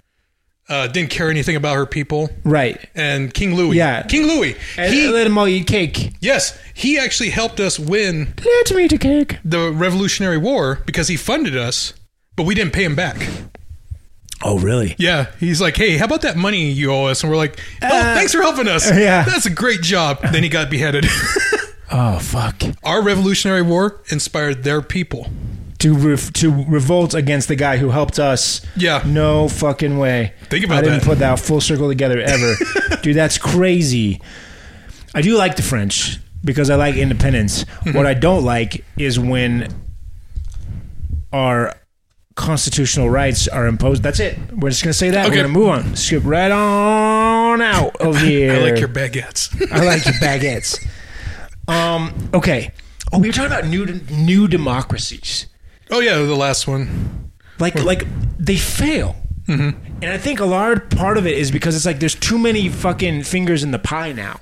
uh, didn't care anything about her people.
Right.
And King Louis.
Yeah.
King Louis.
And
he,
let him all eat cake.
yes, he actually helped us win
Let me eat a cake.
the Revolutionary War because he funded us, but we didn't pay him back.
Oh, really?
Yeah. He's like, hey, how about that money you owe us? And we're like, oh, thanks for helping us.
Uh, yeah.
That's a great job. Then he got beheaded.
Oh, fuck.
Our Revolutionary War inspired their people.
To ref- to revolt against the guy who helped us.
Yeah.
No fucking way.
Think about
I didn't
that.
put that full circle together ever, dude. That's crazy. I do like the French because I like independence.
Mm-hmm.
What I don't like is when our constitutional rights are imposed. That's it. We're just gonna say that.
Okay.
We're gonna move on. Skip right on out of here.
I like your baguettes.
I like your baguettes. Um. Okay. Oh, we were talking about new new democracies.
oh, yeah, the last one.
Like
Hmm.
like they fail.
Mm-hmm.
And I think a large part of it is because it's like there's too many fucking fingers in the pie now.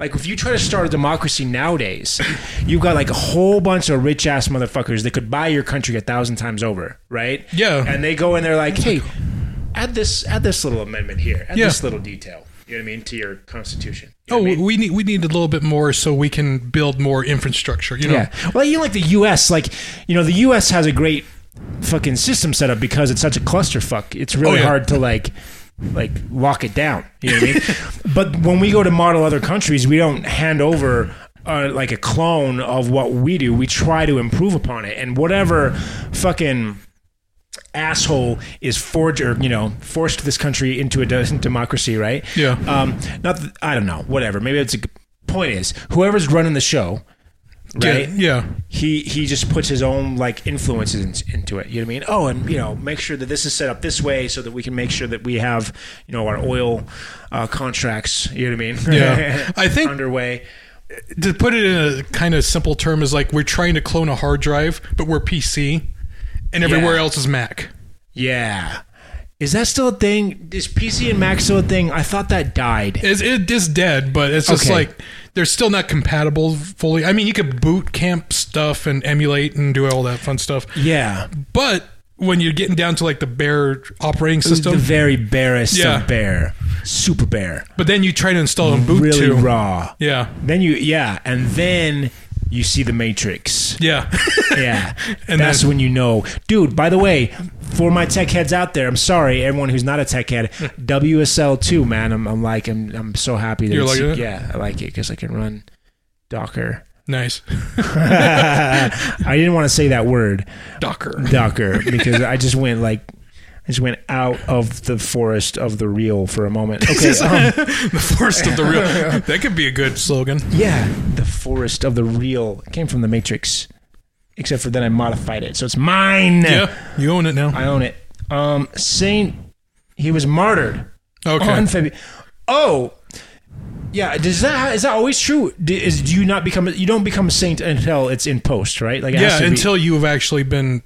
Like if you try to start a democracy nowadays, you've got like a whole bunch of rich ass motherfuckers that could buy your country a thousand times over, right?
Yeah.
And they go and they're like, hey, add this add this little amendment here, add
Yeah.
this little detail. You know what I mean to your constitution. You know
Oh,
what I mean?
we need we need a little bit more so we can build more infrastructure. You know,
Yeah. Well, you know, like the U.S. Like you know, the U.S. has a great fucking system set up because it's such a clusterfuck. It's really
Oh, yeah.
hard to like like lock it down. You know what I mean? but when we go to model other countries, we don't hand over. Uh, like a clone of what we do, we try to improve upon it, and whatever fucking asshole is forged or you know forced this country into a de- democracy, right?
Yeah.
Um. Not. Th- I don't know. Whatever. Maybe it's a g- point. Is whoever's running the show,
yeah,
right?
yeah.
he he just puts his own like influences in, into it. You know what I mean? Oh, and you know, make sure that this is set up this way so that we can make sure that we have you know our oil uh, contracts. You know what I mean?
Yeah. I think-
underway.
To put it in a kind of simple term is like we're trying to clone a hard drive, but we're PC, and everywhere
Yeah.
else is Mac.
Yeah, is that still a thing? Is PC and Mac still a thing? I thought that died.
It's, it is dead, but it's just
Okay.
like they're still not compatible fully. I mean, you could boot camp stuff and emulate and do all that fun stuff,
Yeah,
but when you're getting down to like the bare operating
the
system,
very barest
Yeah.
of bear, super bear,
but then you try to install and boot
really
to,
raw.
yeah,
Then you yeah, and then you see the Matrix.
yeah.
Yeah.
And
that's
then-
when you know. Dude, by the way, for my tech heads out there, I'm sorry, everyone who's not a tech head, WSL2, man. I'm, I'm like, I'm, I'm so happy that
You're
it's-
liking it?
Yeah, I like it because I can run Docker.
nice
I didn't want to say that word,
Docker.
Docker, because I just went like, I just went out of the forest of the real for a moment. Okay. um,
the forest of the real. That could be a good slogan.
yeah, the forest of the real It came from the Matrix, except for then I modified it. So it's mine.
Yeah, you own it now.
I own it. Um, Saint, he was martyred
Okay.
on February. Oh, yeah. Does that is that always true? Do, is do you not become you don't become a saint until it's in post, right? Like it has
Yeah,
to be-
until you have actually been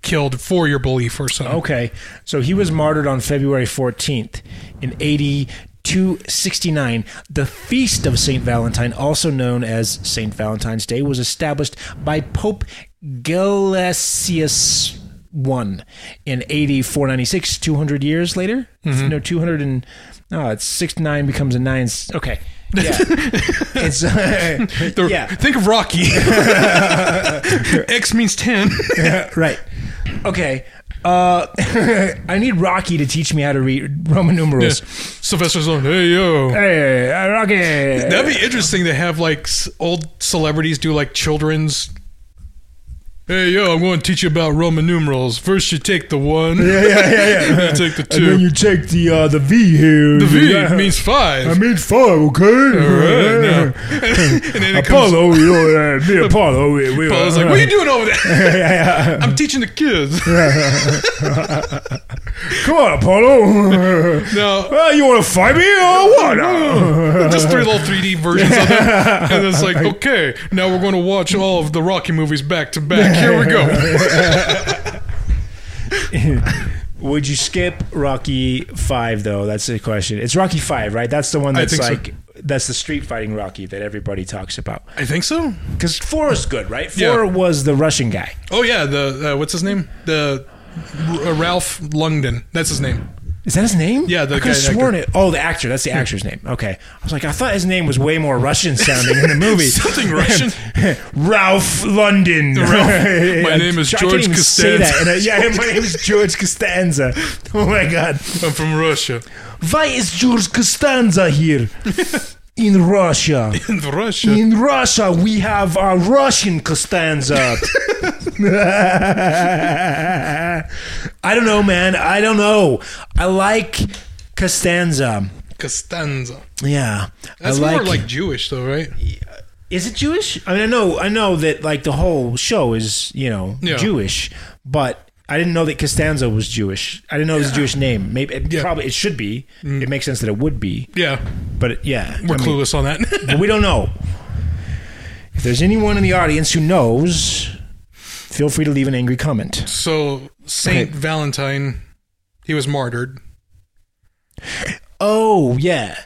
killed for your belief or something.
okay. So he was martyred on February fourteenth in eighty two sixty nine. The feast of Saint Valentine, also known as Saint Valentine's Day, was established by Pope Gelasius. One in eighty four ninety six, two hundred years later. No, two hundred and oh, it's six nine becomes a nine. s- Okay, yeah, it's uh,
The-
yeah,
Think of Rocky. X means 10.
right. Okay. Uh, I need Rocky to teach me how to read Roman numerals.
Sylvester Stallone. Hey, yo.
Hey, uh, Rocky.
That'd be interesting to have like s- old celebrities do like children's Hey, yo, I'm going to teach you about Roman numerals. First, you take the one.
Yeah, yeah, yeah,
Then
yeah.
you take the
And
two.
then you take the uh, the V here.
the V
Yeah.
means five.
I mean five, okay?
All right, now. and then it comes.
Apollo, you know, uh, me Apollo. We, we,
Apollo's like, what are you doing over there?
yeah, yeah, yeah.
I'm teaching the kids.
Come on, Apollo.
No,
well, you want to fight me or what?
just three little 3D versions of it. And it's like, okay, now we're going to watch all of the Rocky movies back to back. Here we go.
Would you skip Rocky Five though? That's the question. It's Rocky Five, right? That's the one
I
that's
think so.
like that's the street fighting Rocky that everybody talks about.
I think so.
Because four is good, right?
Yeah.
Four was the Russian guy.
Oh, yeah. The, uh, what's his name? The R- Ralph Lungden. That's his name.
Is that his name?
Yeah, the
I could have
guy- the
sworn it. Oh, the actor. That's the actor's name. Okay, I was like, I thought his name was way more Russian sounding in the movie.
Something Russian.
Ralph London.
Ralph. My
Yeah,
name is
I can't
George
even say
Costanza.
that. And I- yeah, my name is George Costanza. Oh my god,
I'm from Russia.
why is George Costanza here in Russia?
In Russia.
In Russia, we have a Russian Costanza. I don't know, man. I don't know. I like Costanza.
Costanza.
Yeah,
That's
I like.
more like Jewish, though, right?
is it Jewish? I mean, I know, I know that like the whole show is you know
Yeah.
Jewish, but I didn't know that Costanza was Jewish. I didn't know it was a Jewish name. Maybe it,
Yeah.
probably it should be. It makes sense that it would be,
Yeah,
but it- yeah,
we're
I mean,
clueless on that.
but we don't know. If there's anyone in the audience who knows, feel free to leave an angry comment.
so Saint
Okay.
Valentine, he was martyred.
Oh yeah,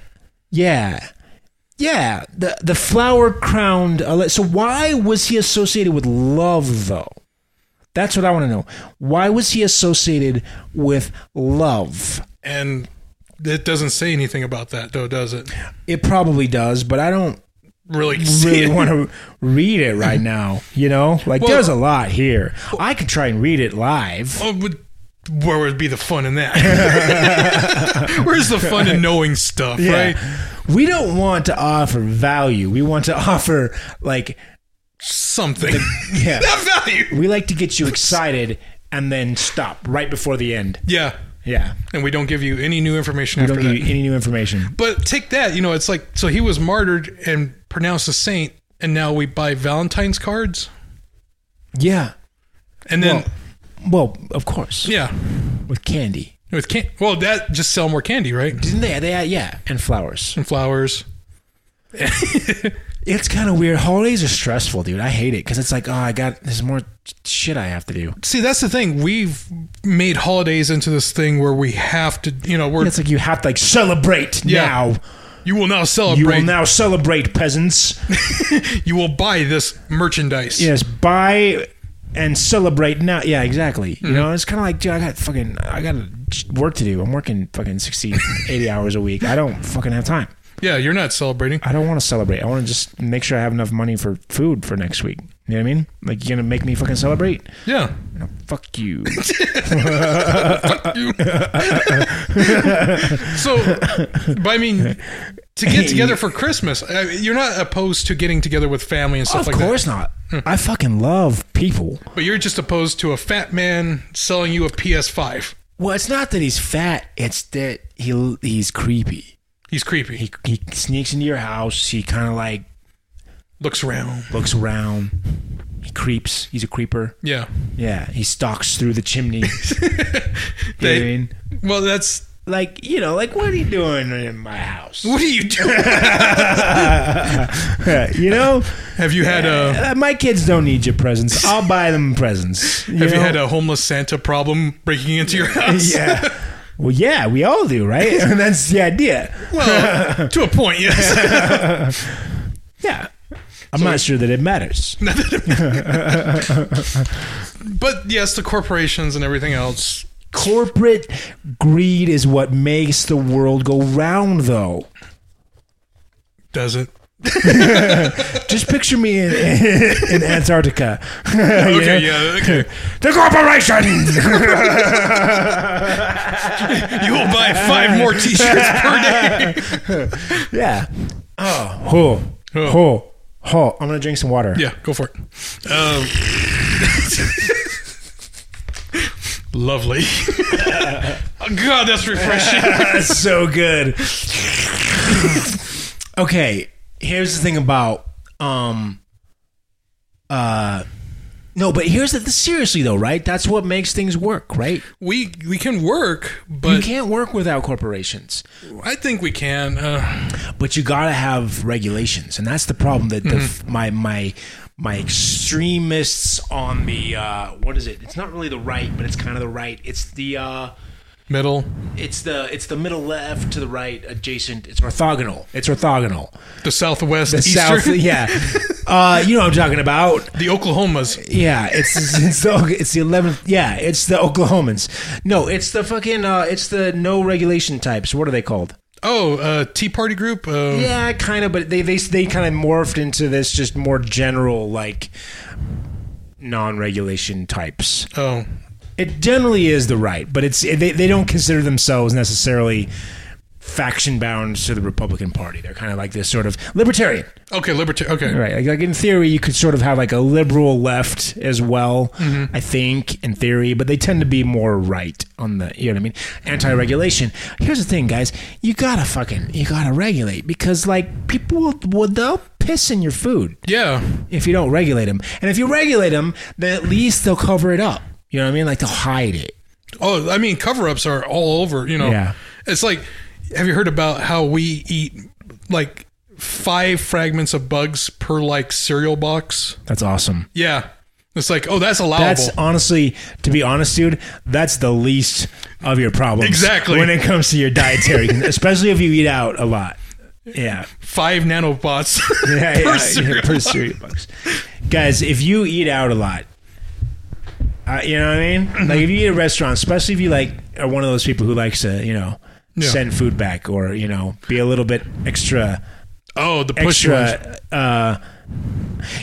yeah, yeah. The the flower crowned. uh, So why was he associated with love though? That's what I want to know. Why was he associated with love?
and it doesn't say anything about that though does it
It probably does, but I don't
really see
really
it.
want to read it right now. You know, like
Well-
there's a lot here. I could try and read it live.
Oh, but where would be the fun in that where's the fun in knowing stuff
Yeah.
right
We don't want to offer value. We want to offer like
something
yeah.
that value
we like to get you excited and then stop right before the end.
yeah
Yeah.
and we don't give you any new
We
information after
don't give
that
you any new information.
but take that you know it's like so he was martyred and pronounced a saint and now we buy valentine's cards
Yeah.
and then
Well- Well, of course.
yeah
With candy.
with can well that just sell more candy right
Didn't they? They yeah, and flowers.
and flowers
It's kind of weird. Holidays are stressful, dude. I hate it cuz it's like, oh, I got there's more shit I have to do.
see that's the thing we've made holidays into this thing where we have to you know we're
It's like you have to like celebrate
Yeah.
now.
you will now celebrate
You will now celebrate peasants.
you will buy this merchandise
Yes, buy and celebrate now. Yeah, exactly. You know, it's kind of like, dude, I got fucking, I got work to do. I'm working fucking 60, 80 hours a week. I don't fucking have time.
yeah you're not celebrating
I don't want to celebrate. I want to just make sure I have enough money for food for next week. You know what I mean? Like, you're going to make me fucking celebrate?
yeah
No, fuck you.
so but i mean to get together for christmas I- you're not opposed to getting together with family and stuff
of
like
course not. I fucking love people.
that but you're just opposed to a fat man selling you a ps5
Well, it's not that he's fat, it's that he he's creepy.
he's creepy
He, he sneaks into your house. He kind of like
looks around
looks around. He creeps. He's a creeper.
yeah
Yeah, he stalks through the chimney. you know what I
They-
mean?
well that's
Like, you know, like, what are you doing in my house?
what are you doing
you know?
have you had a
Uh, my kids don't need your presents. I'll buy them presents.
have you had a homeless santa problem breaking into your house
Yeah. Well, yeah, we all do, right? And that's the idea.
well to a point yes
Yeah. I'm not sure that it matters.
But yes, the corporations and everything else.
Corporate greed is what makes the world go round, though.
Does it?
Just picture me in, in Antarctica.
Okay, yeah, okay.
The corporations!
You will buy five more t shirts per day.
Yeah. Oh. Ho.
Oh.
Ho. Hall, I'm gonna drink some water.
Yeah, go for it. Um, lovely. God, that's refreshing.
That's so good. okay, here's the thing about um uh no, but here's the, seriously though, right? That's what makes things work, right?
We we can work,
You
but
can't work without corporations,
I think we can. Uh,
but you gotta have regulations, and that's the problem that the, f my my my extremists on the uh, what is it? It's not really the right, but it's kind of the right. It's the uh,
middle,
it's the it's the middle left to the right adjacent. It's orthogonal. It's orthogonal.
the southwest,
the
eastern,
south yeah uh you know what i'm talking about
the Oklahomas.
yeah it's it's the it's the 11th yeah it's the oklahomans no it's the fucking uh it's the no regulation types what are they called
Oh, uh, Tea Party group. Uh,
yeah kind of but they they they kind of morphed into this just more general like non-regulation types
Oh,
it generally is the right but it's they, they don't consider themselves necessarily faction bound to the republican party they're kind of like this sort of libertarian
okay, libertarian. Okay,
Right. Like, like in theory, you could sort of have like a liberal left as well, I think, in theory, but they tend to be more right on the, you know what I mean? Anti regulation. Here's the thing, guys. You gotta fucking, you gotta regulate because like people will, will, they'll piss in your food
yeah,
if you don't regulate them. And if you regulate them, then at least they'll cover it up. You know what I mean? Like they'll hide it.
Oh, I mean, cover ups are all over. You know,
Yeah.
it's like, have you heard about how we eat like five fragments of bugs per like cereal box?
That's awesome.
Yeah, it's like, oh, that's allowable.
That's honestly, to be honest, dude, that's the least of your problems.
Exactly.
When it comes to your dietary, especially if you eat out a lot. Yeah.
five nanobots.
Yeah.
Per
yeah,
cereal
yeah, per cereal box. Guys, if you eat out a lot, uh, you know what I
Mm-hmm.
mean? Like if you eat at restaurants, especially if you like are one of those people who likes to, you know,
Yeah.
send food back or, you know, be a little bit extra
oh, the push ones.
extra. Uh,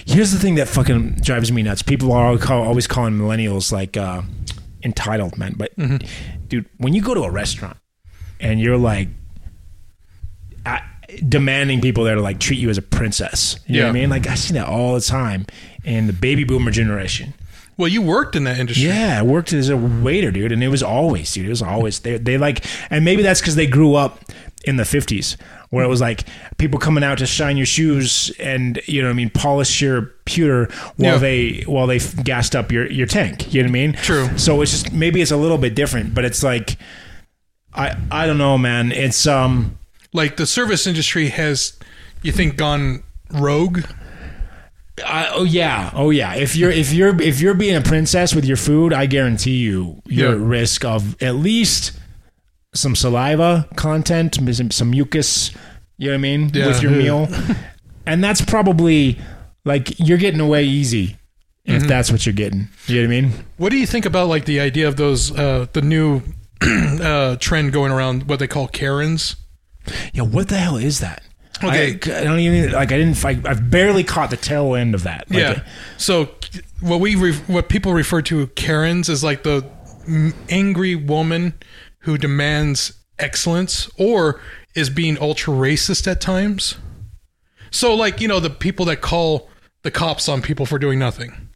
here's the thing that fucking drives me nuts. People are always, call, always calling millennials like uh, entitled men, but
Mm-hmm.
dude, when you go to a restaurant and you're like I, demanding people there to like treat you as a princess, you know what I
Yeah.
mean? Like I see that all the time in the baby boomer generation.
Well, you worked in that industry.
Yeah, I worked as a waiter, dude, and it was always, dude, it was always they they like, and maybe that's because they grew up in the fifties where it was like people coming out to shine your shoes and you know what I mean polish your pewter while
Yeah.
they while they f- gassed up your your tank. You know what I mean?
True.
So it's just maybe it's a little bit different, but it's like I I don't know, man. It's um
Like the service industry has, you think, gone rogue?
I, oh yeah, oh yeah. If you're if you're if you're being a princess with your food, I guarantee you you're
Yeah.
at risk of at least some saliva content, some- some mucus. You know what I mean
Yeah.
with your
Yeah.
meal, and that's probably like you're getting away easy
Mm-hmm.
if that's what you're getting. You know what I mean?
What do you think about like the idea of those uh, the new uh, trend going around what they call Karens?
Yeah. What the hell is that?
Okay.
I, I don't even like. I didn't. I, I've barely caught the tail end of that. Like,
yeah. So what we re- what people refer to Karens is like the m- angry woman who demands excellence or is being ultra racist at times. So like you know the people that call the cops on people for doing nothing,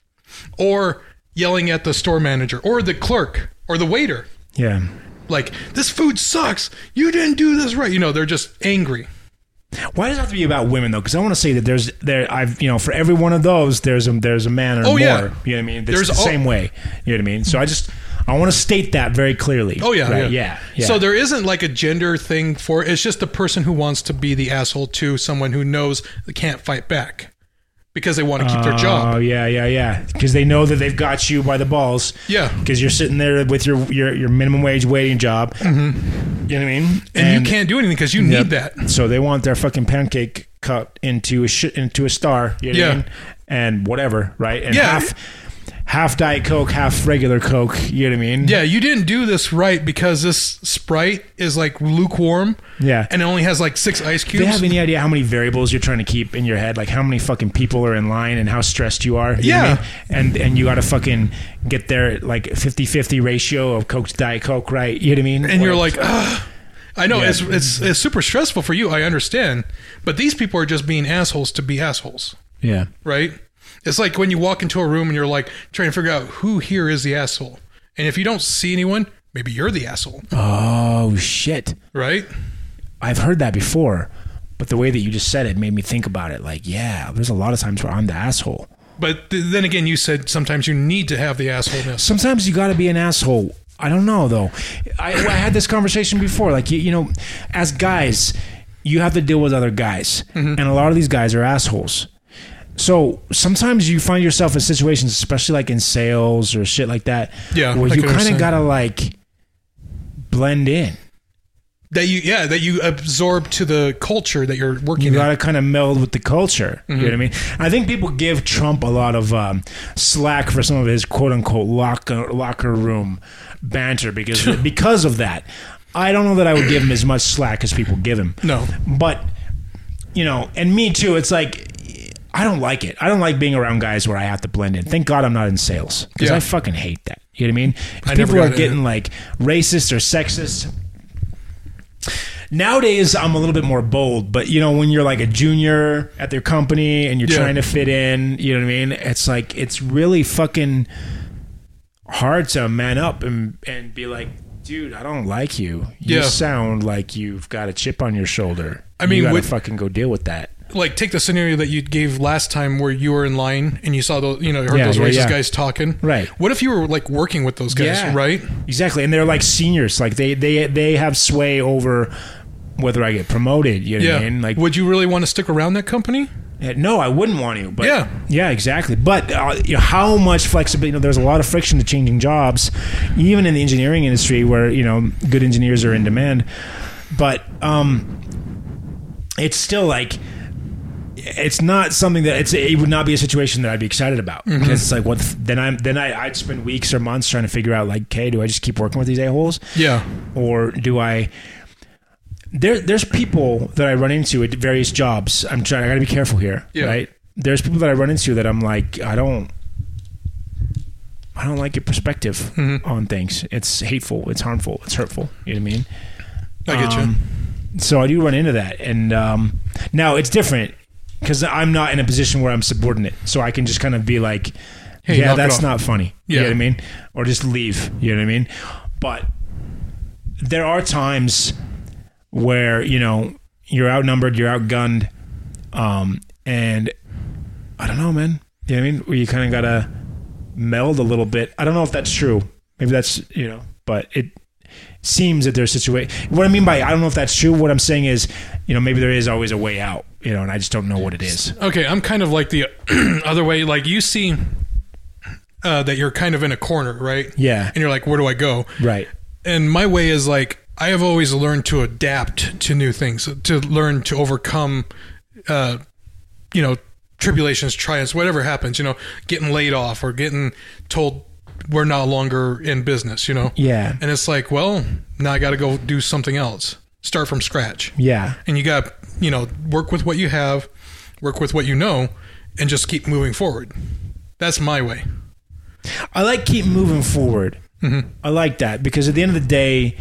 or yelling at the store manager or the clerk or the waiter,
Yeah.
like this food sucks. You didn't do this right. You know they're just angry.
Why does it have to be about women though? Because I want to say that there's there I've you know for every one of those there's a there's a man or
Oh,
more.
yeah.
You know what I mean? It's
There's
the
al-
same way. You know what I mean? So I just I want to state that very clearly.
Oh yeah,
Right?
yeah,
yeah, yeah.
So there isn't like a gender thing for it. It's just the person who wants to be the asshole to someone who knows they can't fight back because they want to keep their
Oh
job.
yeah, yeah, yeah. Because they know that they've got you by the balls.
Yeah.
Because you're sitting there with your your, your minimum wage waiting job. You know what I mean?
Mm-hmm. And, you can't do anything because you need that.
So they want their fucking pancake cut into a sh- into a star, you know what I
Yeah.
mean? and whatever, right? And
Yeah.
half half diet coke, half regular coke. You know what I mean?
Yeah, you didn't do this right because this Sprite is like lukewarm.
Yeah.
and it only has like six ice
Do
cubes.
you have any idea how many variables you're trying to keep in your head? Like how many fucking people are in line and how stressed you are? You know what I
Yeah.
mean? And and you got to fucking get there like 50-50 ratio of Coke to Diet Coke, right? You know what I mean?
and you're
Or-
like, Ugh. I know it's, it's it's super stressful for you. I understand, but these people are just being assholes to be assholes.
Yeah.
right? It's like when you walk into a room and you're like trying to figure out who here is the asshole. And if you don't see anyone, maybe you're the asshole,
Oh shit!
right?
I've heard that before, but the way that you just said it made me think about it. Like, yeah, there's a lot of times where I'm the asshole.
But th- then again, you said sometimes you need to have the assholeness.
sometimes you got to be an asshole. I don't know though. I, I had this conversation before. Like you, you know, as guys, you have to deal with other guys,
Mm-hmm.
and a lot of these guys are assholes. So sometimes you find yourself in situations, especially like in sales or shit like that,
Yeah,
where
I
you
get what you're
kind
saying.
of gotta like blend in.
That you, yeah, that you absorb to the culture that you're working
You
in.
gotta kind of meld with the culture. You know what I mean? I think people give Trump a lot of um, slack for some of his quote unquote locker locker room banter because because of that. I don't know that I would give him as much slack as people give him.
No.
but you know, and me too. It's like. I don't like it. I don't like being around guys where I have to blend in. Thank God I'm not in sales because
Yeah.
I fucking hate that. You know what I mean? If
I never
people
got
are
in it.
getting like racist or sexist, nowadays I'm a little bit more bold, but you know, when you're like a junior at their company and you're
Yeah.
trying to fit in, you know what I mean? It's like it's really fucking hard to man up and and be like, dude, I don't like you. You
Yeah.
sound like you've got a chip on your shoulder.
I mean,
you gotta
would-
fucking go deal with that.
Like, take the scenario that you gave last time where you were in line and you saw those, you know, you heard
Yeah,
those
yeah,
racist
yeah.
guys talking.
Right.
What if you were like working with those guys,
Yeah.
right?
Exactly, and they're like seniors. Like they they they have sway over whether I get promoted. You know
Yeah.
what I mean? Like
Would you really want to stick around that company?
Yeah, Uh, No, I wouldn't want to. But
Yeah.
yeah, exactly. But uh, you know, how much flexibility? You know, there's a lot of friction to changing jobs, even in the engineering industry, where you know good engineers are in demand. But um, it's still like it's not something that it's it would not be a situation that I'd be excited about
Mm-hmm.
because it's like what the- then I'm then I, I'd spend weeks or months trying to figure out like okay do I just keep working with these a holes
Yeah.
or do I? There, there's people that I run into at various jobs. I'm trying. I got to be careful here,
Yeah.
right? There's people that I run into that I'm like, I don't, I don't like your perspective
Mm-hmm.
on things. It's hateful. It's harmful. It's hurtful. You know what I mean?
I get you.
Um, So I do run into that, and um, now it's different because I'm not in a position where I'm subordinate, so I can just kind of be like,
Hey, knock
"Yeah,
it
that's
off."
not funny." You know
Yeah.
what I mean? Or just leave. You know what I mean? But there are times where you know you're outnumbered, you're outgunned, um, and I don't know, man. You know what I mean? Where you kind of gotta meld a little bit. I don't know if that's true. Maybe that's you know, but it seems that there's situation. What I mean by I don't know if that's true. What I'm saying is, you know, maybe there is always a way out. You know, and I just don't know what it is.
Okay, I'm kind of like the other way. Like you see uh, that you're kind of in a corner, right?
Yeah.
And you're like, where do I go?
Right.
And my way is like I have always learned to adapt to new things, to learn to overcome, uh, you know, tribulations, triumphs, whatever happens. You know, getting laid off or getting told we're no longer in business. You know.
Yeah.
And it's like, well, now I got to go do something else. Start from scratch
Yeah.
and you got you know work with what you have work with what you know and just keep moving forward that's my way
I like keep moving forward. I like that because at the end of the day,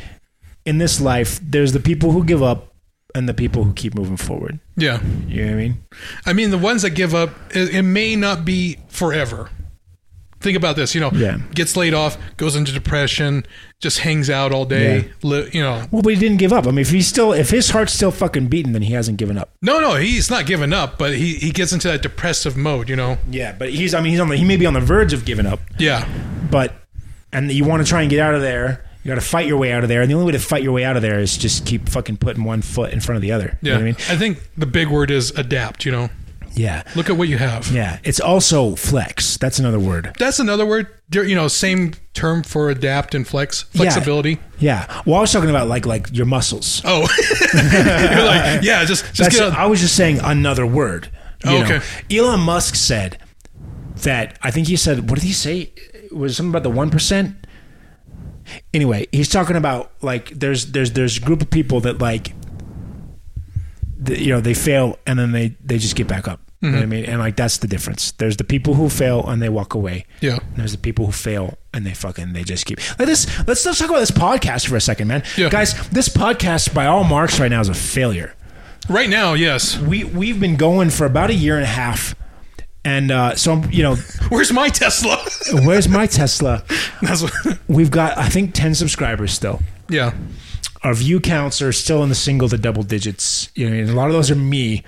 in this life, there's the people who give up and the people who keep moving forward.
yeah
You know what I mean?
i mean the ones that give up it, it may not be forever think about this you know
Yeah.
gets laid off goes into depression just hangs out all day
Yeah.
li- you know
Well, but he didn't give up. I mean, if he's still, if his heart's still fucking beating, then he hasn't given up.
no no he's not giving up but he, he gets into that depressive mode you know
Yeah, but he's, I mean, he's on the, he may be on the verge of giving up,
yeah
but, and you want to try and get out of there. You got to fight your way out of there. And the only way to fight your way out of there is just keep fucking putting one foot in front of the other. You
yeah
know what I mean?
I think the big word is adapt you know
Yeah.
look at what you have
Yeah. It's also flex. That's another word.
that's another word They're, you know same term for adapt and flex flexibility
Yeah. Well, I was talking about like, like your muscles.
Oh, you're like, yeah, just just
That's,
get on.
I was just saying another word. you
Oh,
know.
okay.
Elon Musk said that I think he said what did he say? It was something about the one percent. Anyway, he's talking about like there's there's there's a group of people that like th- you know they fail and then they they just get back up. You
Mm-hmm.
know what I mean, and like that's the difference. There's the people who fail and they walk away.
Yeah.
And there's the people who fail and they fucking they just keep like this. Let's let's talk about this podcast for a second, man.
Yeah.
Guys, this podcast by all marks right now is a failure
Right now, yes.
we we've been going for about a year and a half And uh, so I'm, you know,
Where's my Tesla?
where's my Tesla?
That's what,
We've got I think ten subscribers still.
yeah.
Our view counts are still in the single to double digits. You know, and a lot of those are me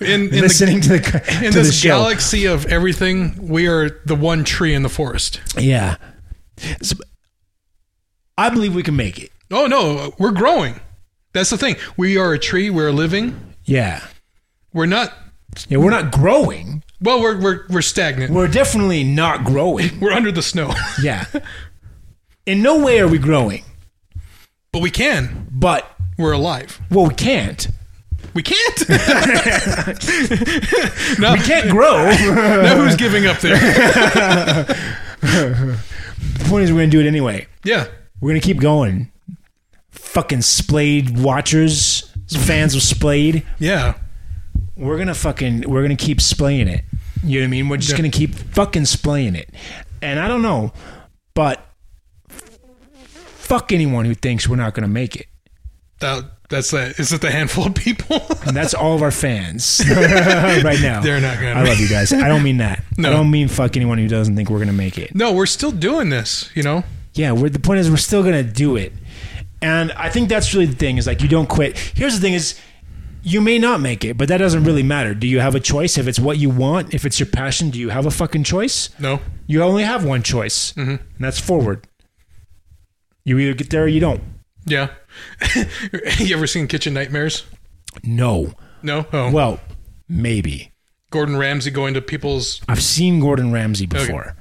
In, in the
listening to the
in
to
this
the show.
galaxy of everything, we are the one tree in the forest.
Yeah. So, I believe we can make it.
Oh no, we're growing. That's the thing. We are a tree. We're living.
Yeah.
We're not.
Yeah, we're not growing.
Well, we're we're we're stagnant.
We're definitely not growing.
We're under the snow,
Yeah. In no way are we growing,
but we can.
but
We're alive.
well, we can't.
We can't. now,
We can't grow. the
now who's giving up there?
point is, we're gonna do it anyway.
Yeah.
We're gonna keep going. Fucking splayed watchers, fans of splayed.
Yeah.
We're gonna fucking we're gonna keep splaying it. You know what I mean? We're just gonna keep fucking splaying it. And I don't know, but f- fuck anyone who thinks we're not gonna make it.
That that's that. Is it the handful of people?
And that's all of our fans right now.
They're not gonna
I love you guys. I don't mean that.
No.
I don't mean fuck anyone who doesn't think we're gonna make it.
no, we're still doing this. You know.
yeah we're, the point is we're still gonna do it and i think that's really the thing is like you don't quit here's the thing is you may not make it but that doesn't really matter do you have a choice if it's what you want if it's your passion do you have a fucking choice
No. Mm-hmm.
you only have one choice and that's forward you either get there or you don't
Yeah. you ever seen Kitchen Nightmares?
no
No. Oh.
well maybe
Gordon Ramsay going to people's.
i've seen gordon ramsay before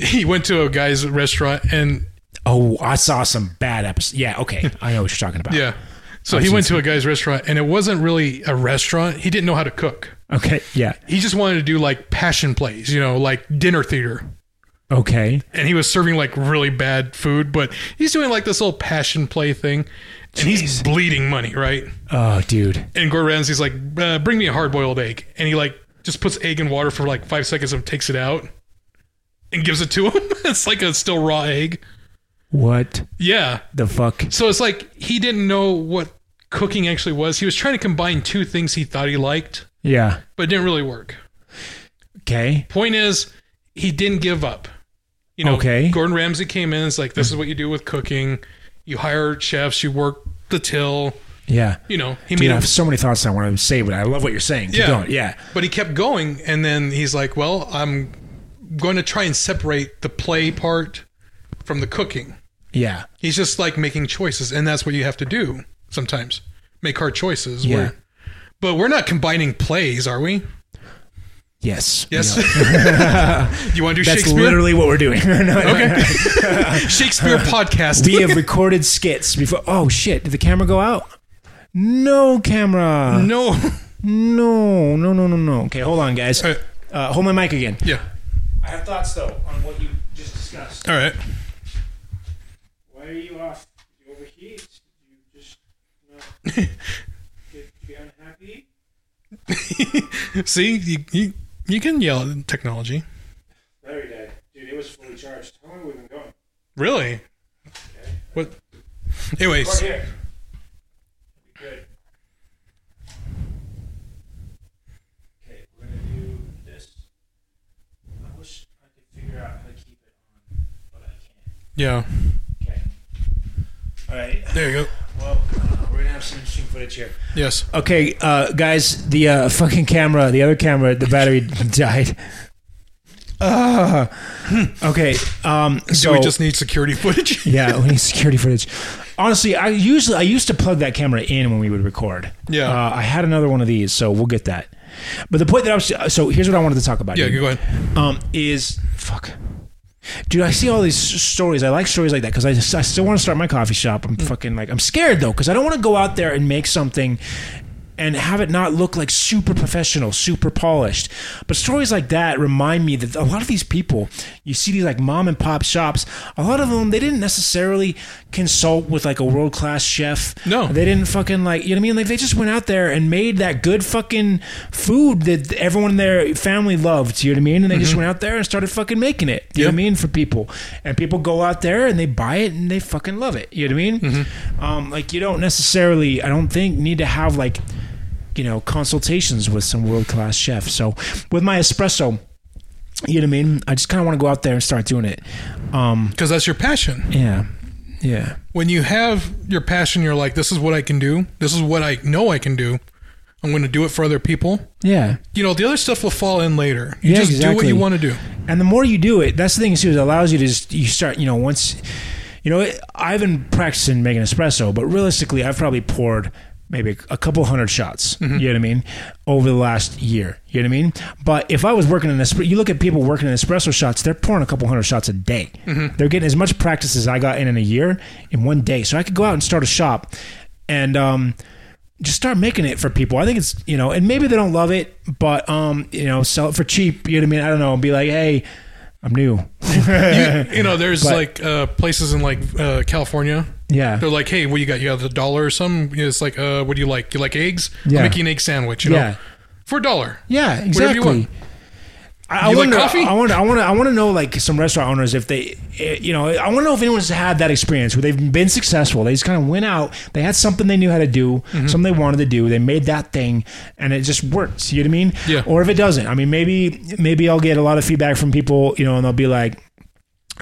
He went to a guy's restaurant and
oh i saw some bad episodes yeah okay i know what you're talking about
yeah. So he went to a guy's restaurant and it wasn't really a restaurant. He didn't know how to cook.
okay yeah
He just wanted to do like passion plays, you know, like dinner theater.
okay
And he was serving like really bad food, but he's doing like this little passion play thing. And he's bleeding money, right?
oh dude
And Gordon Ramsay's like, uh, bring me a hard boiled egg. And he like just puts egg in water for like five seconds and takes it out and gives it to him. it's like a still raw egg.
what
Yeah.
the fuck
So it's like he didn't know what cooking actually was. He was trying to combine two things he thought he liked,
yeah
but it didn't really work.
okay
Point is, he didn't give up. You know,
Okay.
Gordon Ramsay came in. It's like this is what you do with cooking. You hire chefs. You work the till.
Yeah.
You know, he
Dude,
made
I
a
have so many thoughts I want to say, but I love what you're saying. Keep
Yeah.
going. Yeah.
But he kept going, and then he's like, "Well, I'm going to try and separate the play part from the cooking."
Yeah.
He's just like making choices, and that's what you have to do sometimes: make hard choices.
Yeah.
where- but we're not combining plays, are we?
Yes.
Yes.
Yeah.
you want to do
That's
Shakespeare?
literally what we're doing. No, no.
okay. Shakespeare podcast.
We have recorded skits before. Oh, shit. Did the camera go out? No camera.
no.
No, no, no, no, no. Okay, hold on, guys.
All right.
Uh, hold my mic again.
Yeah.
I have thoughts, though, on what you just discussed.
All right.
Why are you off? you overheat? you just not get, unhappy?
See, you, you you can yell at technology.
Larry died. Dude, it was fully charged. How long have we been going?
Really? What? Anyways,
here. Good. Okay, we're gonna do this. I wish I could figure out how to keep it on, but I can't.
yeah.
Okay. All right.
There you go.
Well, uh, we're gonna have some interesting footage here.
Yes.
Okay, uh, guys, the uh, fucking camera, the other camera, the battery died. Uh, okay. Um, so
So we just need security footage.
yeah, we need security footage. Honestly, I usually I used to plug that camera in when we would record.
Yeah.
uh, I had another one of these, so we'll get that. But the point that I was so here's what I wanted to talk about.
Yeah,
dude.
go ahead.
Um, is fuck, dude. I see all these s- stories. I like stories like that because I, s- I still want to start my coffee shop. I'm fucking like I'm scared though because I don't want to go out there and make something and have it not look like super professional, super polished. But stories like that remind me that a lot of these people, you see these like mom and pop shops. A lot of them they didn't necessarily consult with like a world class chef.
No.
they didn't fucking like you know what I mean. Like they just went out there and made that good fucking food that everyone in their family loved. You know what I mean? And they just went out there and started fucking making it. You know what I
Yep.
mean for people. And people go out there and they buy it and they fucking love it. You know what I mean? Um, like you don't necessarily, I don't think, need to have like you know consultations with some world class chef. So with my espresso, you know what I mean. I just kind of want to go out there and start doing it. Um,
because that's your passion.
yeah, yeah,
When you have your passion, you're like, this is what I can do. This is what I know I can do. I'm going to do it for other people.
yeah.
You know, the other stuff will fall in later. You
Yeah,
just do what
exactly.
you want to do.
And the more you do it, that's the thing too. Is it allows you to just, you start. You know, once you know, it, I've been practicing making espresso, but realistically, I've probably poured maybe a couple hundred shots. You know what I mean? Over the last year, you know what I mean? But if I was working in espresso, you look at people working in espresso shots; they're pouring a couple hundred shots a day. They're getting as much practice as I got in in a year in one day. So I could go out and start a shop, and um, just start making it for people. I think it's you know, and maybe they don't love it, but um, you know, sell it for cheap. You know what I mean? I don't know. Be like, hey, I'm new.
You, you know, there's
But-
like uh, places in like uh, California.
yeah,
They're like, hey, what you got? You got the dollar or something? You know, It's like, uh, what do you like? You like eggs?
Yeah.
I'll make you an egg sandwich, you know?
Yeah.
For a dollar.
yeah,
Whatever you
exactly.
want.
I, I
You like
wonder,
coffee?
I want. I want. to. I want to know like some restaurant owners if they, eh, you know, I want to know if anyone's had that experience where they've been successful. They just kind of went out. They had something they knew how to do,
Mm-hmm.
something they wanted to do. They made that thing, and it just works. You know what I mean?
Yeah.
Or if it doesn't, I mean, maybe maybe I'll get a lot of feedback from people, you know, and they'll be like.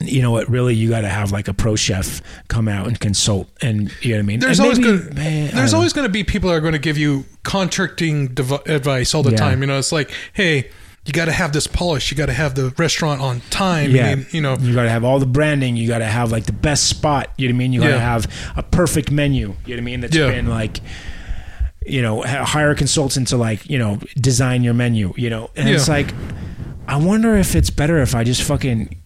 You know what? Really, you got to have like a pro chef come out and consult, and you know what I mean.
There's
And
always
maybe-
gonna,
man, I don't
there's
know.
always going to be people that are going to give you contracting dev- advice all the
Yeah.
time. You know, it's like, hey, you got to have this polish. You got to have the restaurant on time.
Yeah.
and, you know,
you got to have all the branding. You got to have like the best spot. You know what I mean? You got to
Yeah.
have a perfect menu. You know what I mean? That's
Yeah.
been like, you know, ha- hire a consultant to like, you know, design your menu, you know? And it's
Yeah.
like, I wonder if it's better if I just fucking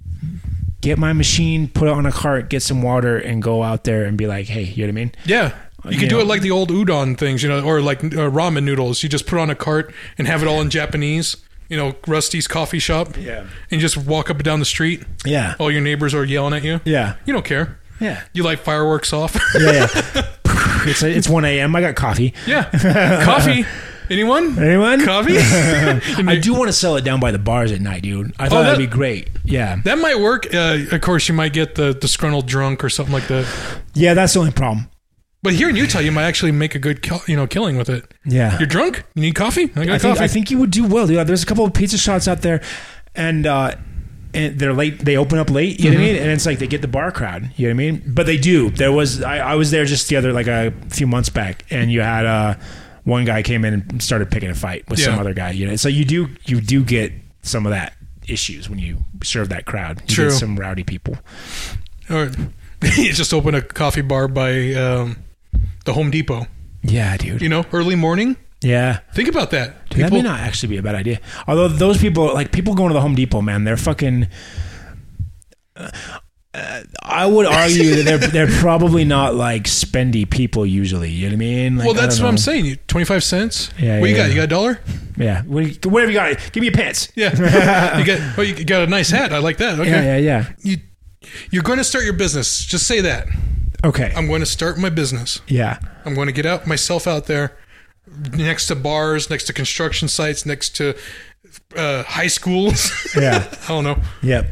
get my machine, put it on a cart, get some water, and go out there and be like, hey, you know what I mean?
yeah. You
You
can do
know.
it like the old udon things, you know, or like uh, ramen noodles. You just put on a cart and have it all in Japanese. You know, Rusty's coffee shop.
Yeah.
And you just walk up and down the street.
Yeah.
All your neighbors are yelling at you.
Yeah.
You don't care.
Yeah.
You light fireworks off.
Yeah. yeah. it's, it's 1 a.m. I got coffee.
yeah. Coffee. Anyone?
Anyone?
Coffee?
I do want to sell it down by the bars at night, dude. I thought
Oh, that-
that'd be great. Yeah.
That might work. Uh, of course, you might get the disgruntled drunk or something like that.
Yeah, that's the only problem.
But here in Utah, you might actually make a good, kill, you know, killing with it.
Yeah.
You're drunk. You need coffee. I
I
got
think
coffee.
I think you would do well. dude. There's a couple of pizza shots out there, and uh, and they're late. They open up late. You know what I mean? And it's like they get the bar crowd. You know what I mean? But they do. There was I, I was there just the other like a few months back, and you had uh, one guy came in and started picking a fight with some
Yeah.
other guy. You know, so you do you do get some of that issues when you serve that crowd. You
True.
get some rowdy people.
or you just open a coffee bar by um, the Home Depot.
Yeah, dude.
You know, early morning.
Yeah.
Think about that.
Dude, that may not actually be a bad idea. Although those people, like people going to the Home Depot, man, they're fucking. uh, uh, I would argue that they're they're probably not like spendy people usually. You know what I mean? Like,
well,
I
that's
don't
what I'm
know.
saying. You Twenty five cents.
Yeah,
What you
yeah,
got? You
yeah.
got a dollar?
Yeah, what, do you- whatever you got, give me your pants.
Yeah. you got. Oh, you got a nice hat. I like that. Okay.
Yeah, yeah, yeah.
You, you're going to start your business. Just say that.
Okay.
I'm going to start my business.
yeah.
I'm going to get out myself out there next to bars, next to construction sites, next to uh, high schools.
Yeah.
I don't know.
Yep.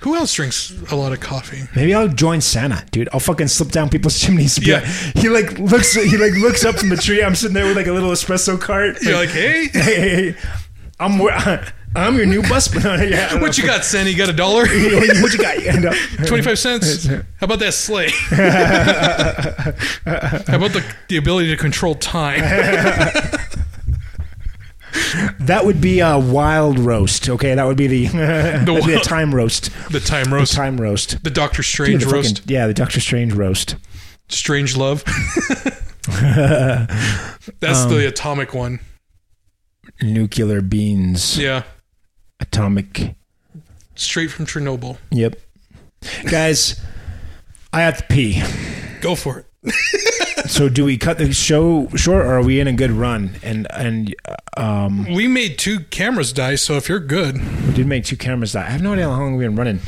Who else drinks a lot of coffee?
Maybe I'll join Santa, dude. I'll fucking slip down people's chimneys. Yeah.
Yeah.
He like looks. He like looks up from the tree. I'm sitting there with like a little espresso cart.
You're like, hey,
hey, hey, hey, I'm wor- I'm your new busman. yeah.
what you got, Sandy? You got a dollar?
what you got? You end up.
25 cents? How about that sleigh? How about the, the ability to control time?
That would be a wild roast. Okay, that would be the that'd be a
wild-
time roast.
The time roast.
Time roast.
The Doctor Strange
The fucking-
roast.
yeah, the Doctor Strange roast.
Strange love. That's
Um,
the atomic one.
Nuclear beans.
Yeah.
Atomic.
Straight from Chernobyl.
Yep. Guys, I have to pee.
Go for it.
So do we cut the show short, or are we in a good run? And and uh, um,
We made two cameras die, so if you're good,
we did make two cameras. That I have no idea how long we've been running.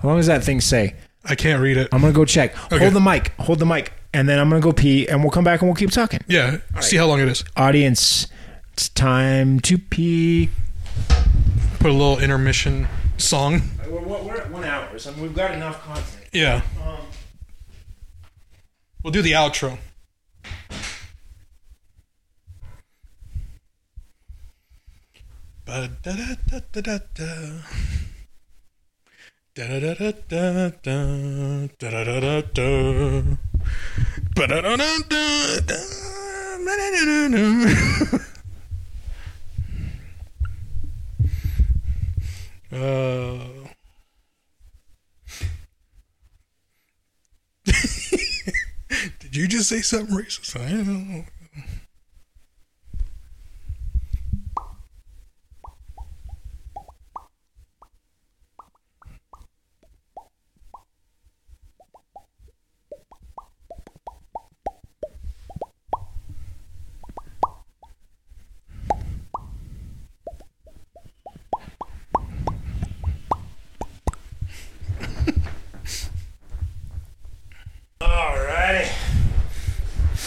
How long does that thing say?
I can't read it.
I'm gonna go check.
Okay.
Hold the mic. Hold the mic. And then I'm gonna go pee, and we'll come back and we'll keep talking.
Yeah, see how long it is.
Audience, it's time to pee.
Put a little intermission song.
We're, we're at one hour, so we've got enough content.
Yeah. We'll do the outro. da da da da da da. Da da da da da da da da da da. Ba da da da da da. Ma da da da da. Uh, did you just say something racist? I don't know.
Alrighty.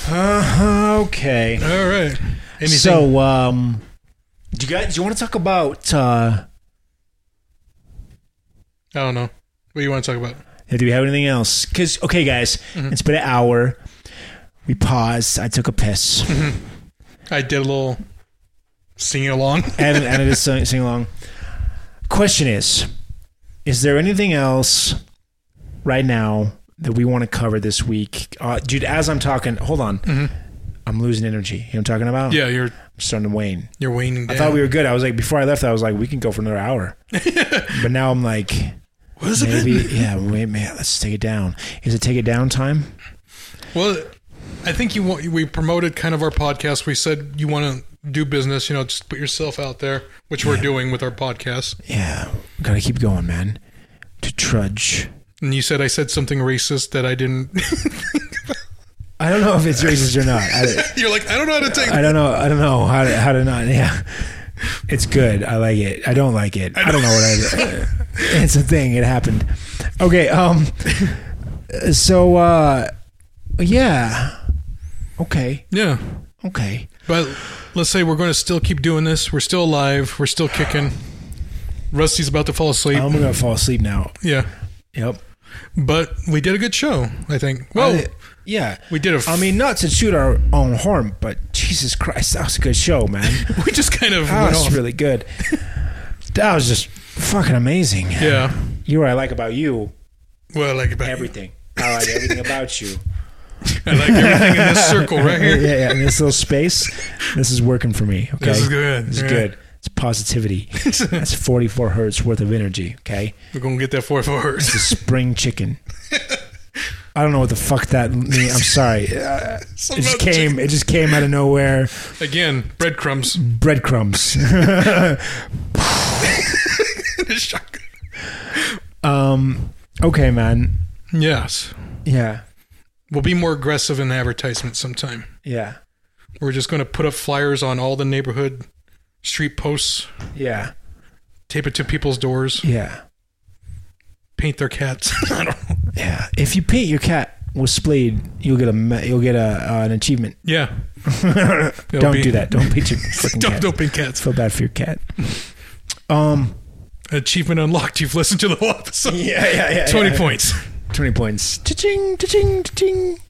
Uh, okay.
All right. Anything?
So, um, do you guys do you want to talk about? Uh,
I don't know. What do you want to talk about?
do we have anything else? Because okay, guys, it's been an hour. We paused. I took a piss,
I did a little singing along.
and and it is sing sing along. Question is, is there anything else right now that we want to cover this week, uh, dude? As I'm talking, hold on, I'm losing energy. You know what I'm talking about?
Yeah, you're
I'm starting to wane.
you're waning down.
I thought we were good. I was like, before I left, I was like, we can go for another hour. but now I'm like,
What is it?
maybe, yeah, wait, man, let's take it down. Is it take it down time?
Well, I think you want we promoted kind of our podcast. We said you want to do business. You know, just put yourself out there, which we're doing with our podcast.
Yeah, gotta keep going, man. To trudge.
And you said I said something racist that I didn't.
I don't know if it's racist or not. I,
you're like I don't know how to take.
I don't know. I don't know how to, how to not. Yeah, it's good. I like it. I don't like it. I don't know what I. it's a thing. It happened. Okay. Um. So. uh Yeah. Okay.
yeah,
Okay.
but let's say we're going to still keep doing this. We're still alive. We're still kicking. Rusty's about to fall asleep.
I'm gonna fall asleep now.
yeah,
Yep.
but we did a good show. I think. Well,
I- yeah.
we did a.
I mean, not to shoot our own horn, but Jesus Christ, that was a good show, man.
we just kind of
That
went
was
off.
really good. That was just fucking amazing.
yeah.
You know what I like about you?
Well, I like about
Everything. I like everything about you.
I like everything in this circle right
Yeah,
here.
yeah. In this little space, this is working for me. Okay.
This is good.
This is
Yeah.
good. It's positivity. That's 44 hertz worth of energy. Okay.
We're gonna get that four four.
The spring chicken. I don't know what the fuck that means. I'm sorry. Uh, it just came. It just came out of nowhere.
Again, breadcrumbs.
Mm-hmm. breadcrumbs.
Shotgun.
um, okay, man.
yes.
Yeah,
We'll be more aggressive in advertisement sometime.
yeah,
We're just going to put up flyers on all the neighborhood street posts,
yeah,
tape it to people's doors,
yeah,
paint their cats. I don't know.
yeah. If you paint your cat with splayed, you'll get a me- you'll get a uh, an achievement.
Yeah. It'll
don't
be-
do that. Don't paint your fucking
Don't,
cat.
don't paint cats.
Feel bad for your cat. Um.
Achievement unlocked. You've listened to the whole episode.
Yeah, yeah, yeah.
20
yeah.
points.
Twenty points. Cha-ching, cha-ching, cha-ching.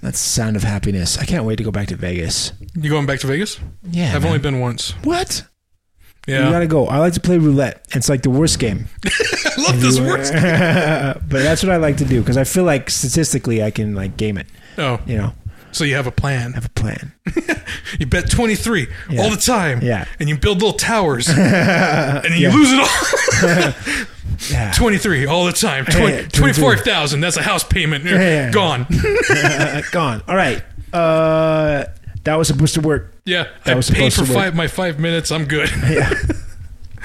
That's the sound of happiness. I can't wait to go back to Vegas.
You going back to Vegas?
Yeah.
I've
man.
only been once.
what? You
Yeah.
gotta go. I like to play roulette. It's like the worst game.
I love this word.
but that's what I like to do because I feel like statistically I can like game it.
Oh,
You know,
so you have a plan.
have a plan.
You bet 23
Yeah.
all the time.
Yeah.
And you build little towers. and then you lose it all.
Yeah.
23 all the time.
Yeah,
20, 24,000. That's a house payment.
yeah.
Gone.
Uh, gone. All right. Uh, that was supposed to work.
yeah.
That
I
was
paid
supposed
for
to work.
five, my five minutes. I'm good.
Yeah.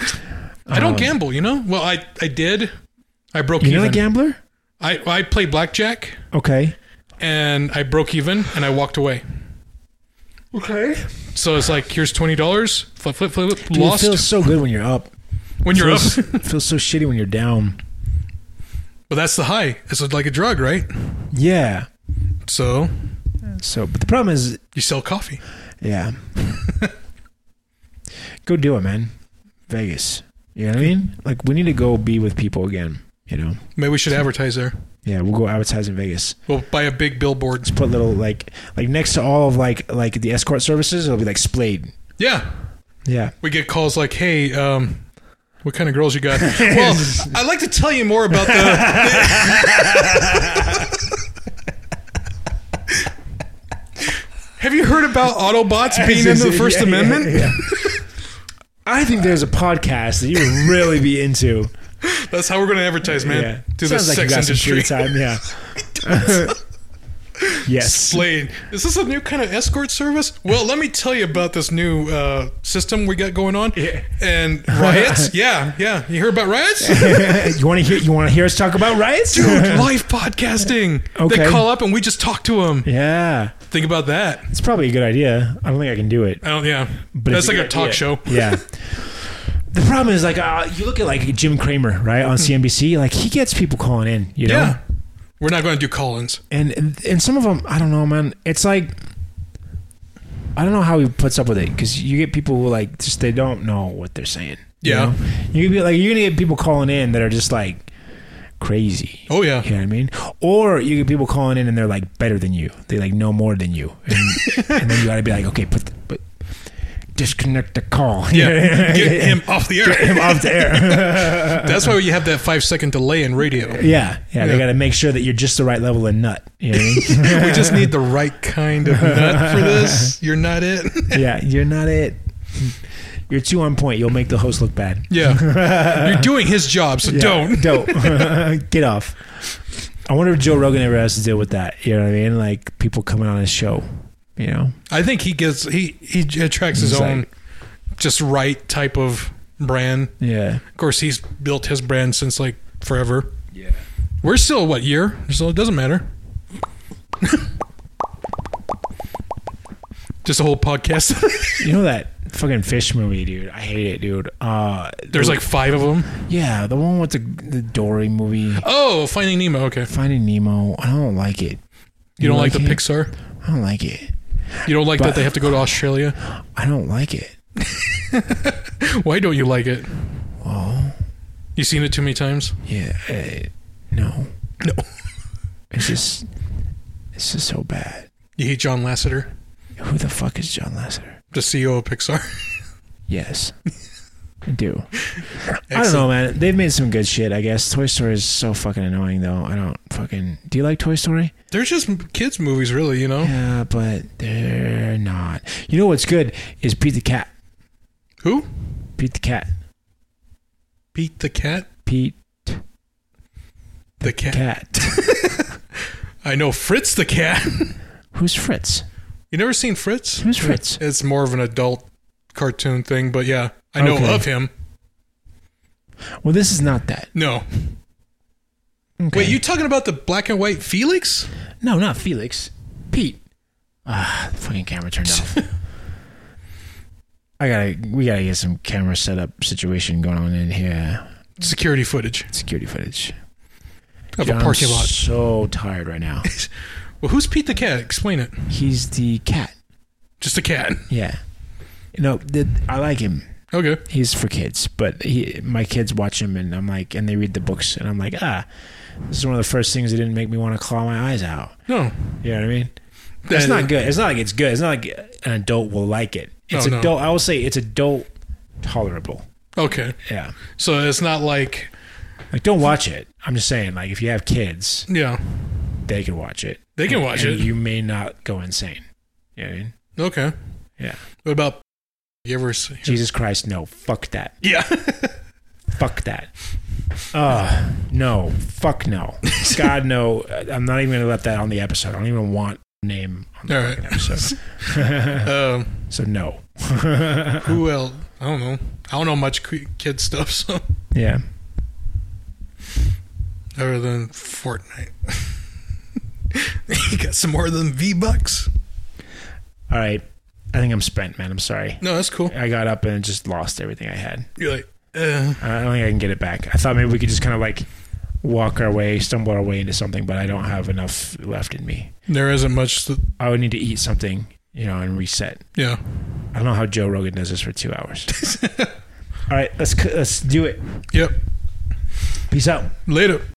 Um,
I don't gamble, you know? Well, I, I did. I broke
You're
even.
not a gambler?
I, I played blackjack
Okay.
and I broke even and I walked away.
Okay.
So it's like, here's $20. Flip, flip, flip, flip.
Dude, it
lost.
feels so good when you're up.
when you're up.
feels, feels so shitty when you're down.
But that's the high. It's like a drug, right?
Yeah.
So
So, but the problem is,
you sell coffee.
yeah. go do it, man. Vegas. You know what I mean? Like, we need to go be with people again. You know?
Maybe we should advertise there.
Yeah, we'll go advertise in Vegas.
We'll buy a big billboard.
put little like like next to all of like like the escort services it'll be like splayed
Yeah.
Yeah.
we get calls like, "Hey, um, what kind of girls you got?" well, I'd like to tell you more about the. Have you heard about Autobots being in the First
Yeah, yeah,
Amendment?
yeah. I think there's a podcast that you would really be into.
That's how we're going to advertise, man.
yeah.
To the
Sounds like you
sex
got some free
industry.
time. Yeah. yes.
Slade, is this a new kind of escort service? Well, let me tell you about this new uh, system we got going on.
Yeah.
And riots? yeah, yeah. You heard about riots?
you want to hear? You want to hear us talk about riots?
Dude, live podcasting.
Okay.
They call up and we just talk to them.
yeah,
Think about that.
it's probably a good idea. I don't think I can do it.
I don't, yeah.
But
That's
it's
like a
good
talk
idea.
show.
Yeah. The problem is like uh, you look at like Jim Cramer, right, on CNBC. Like he gets people calling in, you know,
Mm-hmm. Yeah. We're not going to do call-ins.
and, and and some of them, I don't know, man. It's like I don't know how he puts up with it because you get people who like just they don't know what they're saying. you
Yeah.
know? you could be like you're gonna get people calling in that are just like crazy.
Oh, yeah.
You know what I mean? Or you get people calling in and they're like better than you. They like know more than you, and, and then you got to be like, okay, put, the, put disconnect the call.
Yeah. Get him off the air.
him off the air.
That's why you have that five-second delay in radio.
yeah, yeah. They
Yeah.
got to make sure that you're just the right level of nut. You know what I mean?
we just need the right kind of nut for this. You're not it.
yeah, you're not it. You're too on point. You'll make the host look bad.
Yeah. You're doing his job, so
Yeah,
don't.
don't get off. I wonder if Joe Rogan ever has to deal with that. You know what I mean? Like people coming on his show. You know?
I think he gets he he attracts his
He's
own
like-
just right type of brand.
Yeah.
Of course, he's built his brand since like forever.
Yeah.
We're still what year? So it doesn't matter. just a whole podcast.
You know that fucking fish movie, dude? I hate it, dude. Uh,
There's
the-
like five of them.
yeah, the one with the the Dory movie,
Oh, Finding Nemo. Okay.
Finding Nemo. I don't like it.
You don't like the
it?
Pixar?
I don't like it.
You don't like
But-
that they have to go to Australia?
I don't like it.
Why don't you like it?
Oh,
You seen it too many times?
yeah. Uh, no,
No.
it's just it's just so bad.
You hate John Lasseter,
Who the fuck is John Lasseter?
the CEO of Pixar.
Yes. I do. I don't
Excellent.
know, man. They've made some good shit, I guess. Toy Story is so fucking annoying, though. I don't fucking. Do you like Toy Story?
They're just kids movies, really. You know?
Yeah, but they're not. You know what's good is Pete the Cat.
Who?
Pete the Cat.
Beat the cat.
Pete
The cat.
Cat.
I know Fritz the cat.
Who's Fritz?
you never seen Fritz?
Who's Fritz?
It's more of an adult cartoon thing, but yeah, I know
Okay.
of him.
Well, this is not that.
No.
Okay.
Wait, you talking about the black and white Felix?
No, not Felix. Pete. Ah, the fucking camera turned off. I gotta. We gotta get some camera setup situation going on in here.
Security footage
Security footage.
of
Dude,
a parking
I'm
lot.
So tired right now.
Well, who's Pete the cat? Explain it.
He's the cat.
Just a cat.
Yeah. No, the, I like him.
Okay.
he's for kids, but he my kids watch him and I'm like and they read the books and I'm like, ah, this is one of the first things that didn't make me want to claw my eyes out.
No.
You know what I mean? That's
That-
not good. It's not like it's good. It's not like an adult will like it. It's
Oh, No, no.
adult I will say it's adult tolerable.
Okay.
Yeah.
So it's not like
Like don't watch it. I'm just saying, like if you have kids,
yeah,
they can watch it.
they can watch
and
it.
You may not go insane. You know what I mean?
okay.
Yeah.
What about you ever? See?
Jesus Christ, no. Fuck that.
Yeah.
fuck that. Uh, no, fuck no. God, no. I'm not even going to let that on the episode. I don't even want name on the
All right.
fucking episode.
um,
So no.
who else? I don't know. I don't know much qu- kid stuff. So
Yeah.
other than Fortnite, you got some more than V Bucks.
All right. I think I'm spent, man. I'm sorry.
No, that's cool.
I got up and just lost everything I had.
You're like, uh,
I don't think I can get it back. I thought maybe we could just kind of like walk our way, stumble our way into something, but I don't have enough left in me.
there isn't much. That,
I would need to eat something, you know, and reset.
yeah.
I don't know how Joe Rogan does this for two hours. All right, let's let's do it.
Yep.
Peace out.
Later.